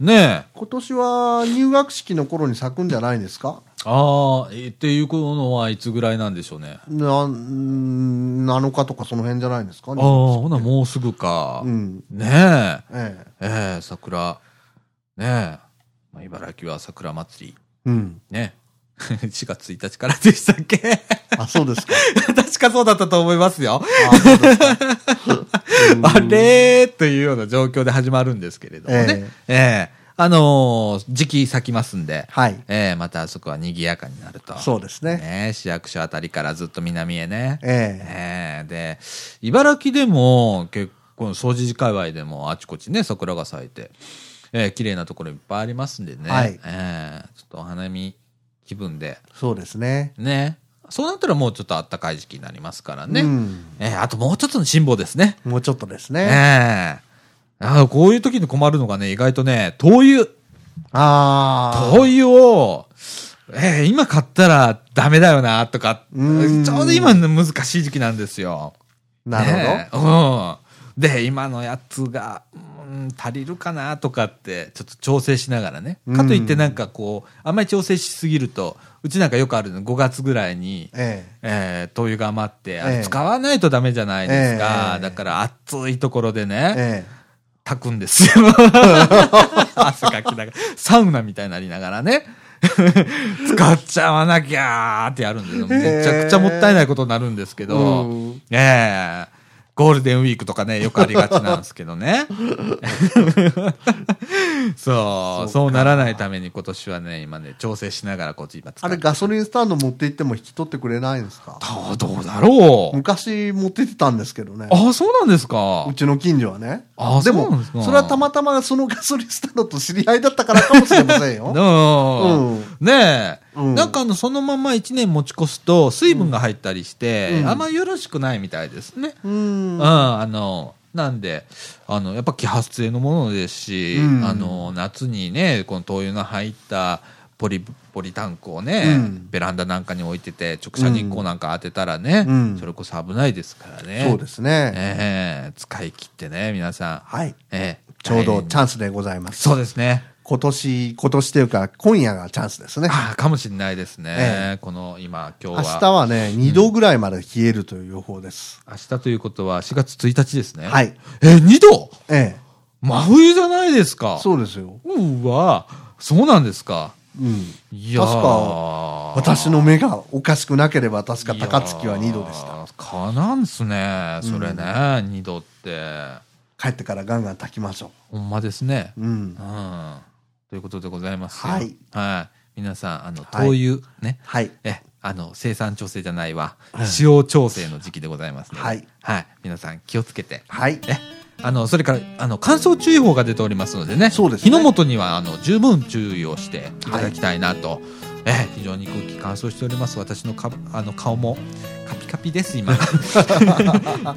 S1: ねえ。
S2: 今年は入学式の頃に咲くんじゃないですか
S1: ああ、えっていうのはいつぐらいなんでしょうね。
S2: な、うん7日とかその辺じゃないですか
S1: ああ、ほな、もうすぐか。
S2: うん。
S1: ねえ。
S2: ええ。
S1: ええ桜。ねえ。まあ、茨城は桜祭り。
S2: うん。
S1: ねえ。4月1日から でしたっけ
S2: あ、そうですか。
S1: 確かそうだったと思いますよ。
S2: あそうですかうん
S1: あれーというような状況で始まるんですけれどもね。ええあのー時期咲きますんで。
S2: はい。
S1: ええまたあそこは賑やかになると。
S2: そうですね。
S1: ね市役所あたりからずっと南へね。
S2: え
S1: え
S2: え。
S1: えで、茨城でも結構、掃除界隈でもあちこちね、桜が咲いて、ええ綺麗なところいっぱいありますんでね。
S2: はい
S1: ええちょっとお花見気分で。
S2: そうですね。
S1: ね。そうなったらもうちょっと暖かい時期になりますからね。
S2: うん
S1: ええあともうちょっとの辛抱ですね。
S2: もうちょっとです
S1: え
S2: ね。
S1: えああこういう時に困るのがね、意外とね、灯油。
S2: ああ。
S1: 灯油を、ええ今買ったらダメだよな、とか、ち
S2: うーん
S1: ょうど今の難しい時期なんですよ。
S2: なるほど。
S1: ねえうん。で、今のやつが、うん、足りるかな、とかって、ちょっと調整しながらね。かといってなんかこう、あんまり調整しすぎると、うちなんかよくあるの、5月ぐらいに、
S2: え
S1: えー、灯油が余って、あ
S2: え
S1: れ
S2: え
S1: 使わないとダメじゃないですか。
S2: ええ
S1: だから暑いところでね
S2: え。、え
S1: 炊くんです よ。汗かきながら、サウナみたいになりながら ね。使っちゃわなきゃーってやるんですよ。めちゃくちゃもったいないことになるんですけど、
S2: うん
S1: ええゴールデンウィークとかね、よくありがちなんですけど ね。そう、そうならないために今年はね、今ね、調整しながらこっち今
S2: え。
S1: 使
S2: あ
S1: っ
S2: れガソリンスタンド持って行っても引き取ってくれないんですか
S1: あどうだろう。
S2: 昔持って行ってたんですけどね。
S1: あ、そうなんですか
S2: う。ちの近所はね。
S1: あ
S2: で
S1: そうなん
S2: も
S1: ですか、
S2: それはたまたまそのガソリンスタンドと知り合いだったからかもしれませ んよ。
S1: うん。ねえ、
S2: うん
S1: なんかあの、そのまま1年持ち越すと、水分が入ったりして、
S2: うん
S1: あんまよろしくないみたいですね。
S2: う
S1: うん、
S2: ん。
S1: あの、なんで、あの、やっぱ揮発性のものですし、
S2: うん
S1: あの、夏にね、この灯油の入った、ポリ、ポリタンクをね、
S2: うん
S1: ベランダなんかに置いてて、直射日光なんか当てたらね、
S2: うん
S1: それこそ危ないですからね。
S2: そうですね。
S1: ええ使い切ってね、皆さん。
S2: はい。
S1: ええ
S2: ちょうどチ
S1: ン
S2: ャンスでございます。
S1: そうですね。
S2: 今年、今年というか、今夜がチャンスですね。
S1: ああ、かもしれないですね。
S2: え
S1: この今、今
S2: 明
S1: 日は。
S2: 日はね、2度ぐらいまで冷えるという予報です。
S1: 明日ということは4月1日ですね。
S2: はい。
S1: え、2度
S2: ええ。
S1: 真冬じゃないですか。
S2: そうですよ。
S1: うわ、そうなんですか。
S2: うん。
S1: いやー
S2: 確か私の目がおかしくなければ、確か高槻は2度でし
S1: い
S2: た。
S1: やーかなんすね。それね、2度って。
S2: 帰ってからガンガン炊きましょ
S1: ほんまですね。
S2: う。うん
S1: う。ん。ということでございますよ。
S2: はい
S1: はい。皆さん、あの、
S2: はい
S1: 灯油ね。
S2: はい。
S1: え、あの、生産調整じゃないわ。使用調整の時期でございますので。
S2: はい。
S1: はい。皆さん気をつけて。
S2: はい。
S1: え、あの、それから、あの、乾燥注意報が出ておりますのでね。
S2: そうです
S1: 火
S2: ね
S1: の元には、あの、十分注意をしていただきたいなと。え、非常に空気乾燥しております。私のか、あの、顔も、カピカピです、 今。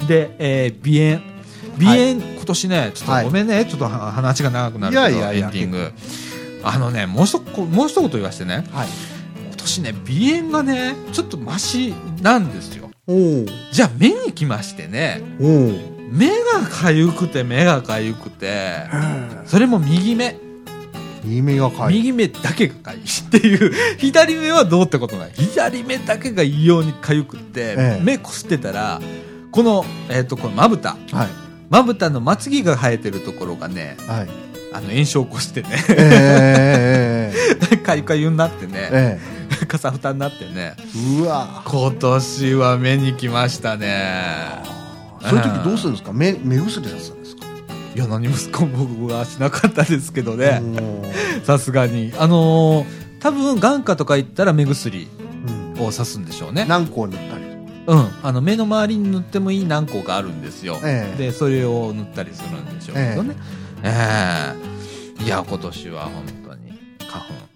S1: で、えー、鼻炎。鼻炎、今年ね、ちょっ
S2: はい
S1: とごめんね、ちょっとは話が長くなるけど、
S2: いやいやいや
S1: エンディング。あのね、もう一個、もう一言言わしてね。
S2: はい。
S1: 今年ね鼻炎がねちょっとマシなんですよ
S2: おう
S1: じゃあ目に来ましてね
S2: おう
S1: 目がかゆくて目がかゆくてそれも右目
S2: 右目がかゆい。
S1: 右目だけがかゆいっていう左目はどうってことない左目だけが異様にかゆくって、
S2: ええ
S1: 目こすってたらこの,、えっとこのまぶた
S2: はい。
S1: まぶたのまつぎが生えてるところがね
S2: はい。
S1: あの炎症を起こしてね
S2: ええ
S1: かゆかゆになって
S2: えええ
S1: ね
S2: ええ
S1: かさふたになってね
S2: えうわ
S1: 今年は目に来ましたね
S2: そういう時どうするんですか目、目薬出すんですか
S1: いや何も僕はしなかったですけどね
S2: おー
S1: さすがにあのー多分眼科とか行ったら目薬
S2: うん
S1: を刺すんでしょうね
S2: 軟膏塗ったりと
S1: う
S2: か。
S1: ん、あの目の周りに塗ってもいい軟膏があるんですよ、
S2: ええ
S1: でそれを塗ったりするんでしょうけどね、ええいや今年は本当に花粉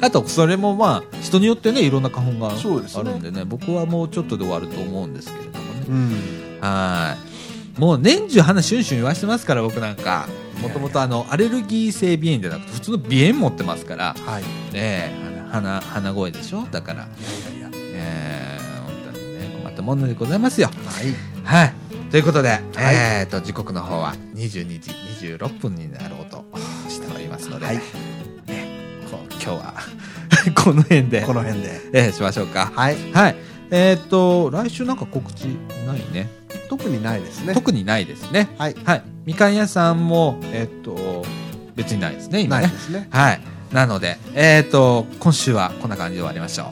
S1: あとそれもまあ人によってねいろんな花粉があ
S2: そうですね
S1: るんでね僕はもうちょっとで終わると思うんですけれどもね
S2: うん。
S1: はいもう年中鼻シュンシュン言わしてますから僕なんかもともとあのアレルギー性鼻炎じゃなくて普通の鼻炎持ってますから
S2: はい。
S1: ねえ鼻鼻鼻声でしょだから
S2: いやいや
S1: えー、本当にね困ったものでございますよ。
S2: はい。
S1: はい。ということで、えーと、時刻の方は22時26分になろうとしておりますので、
S2: はい
S1: ね、こ今日は この辺で
S2: こ、の辺で。
S1: えーしましょうか。
S2: はい。
S1: はい。えーと、来週なんか告知ないね。
S2: 特にないですね。
S1: 特にないですね。
S2: はい。
S1: はい。みかん屋さんも、えーと、別にないですね、今
S2: な
S1: ね
S2: いで。すね。
S1: はい。なので、えーと、今週はこんな感じで終わりましょう。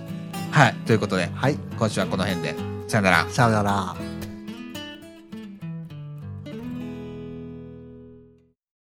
S1: はい。ということで、
S2: はい。
S1: 今週はこの辺で、さよなら。
S2: さよなら。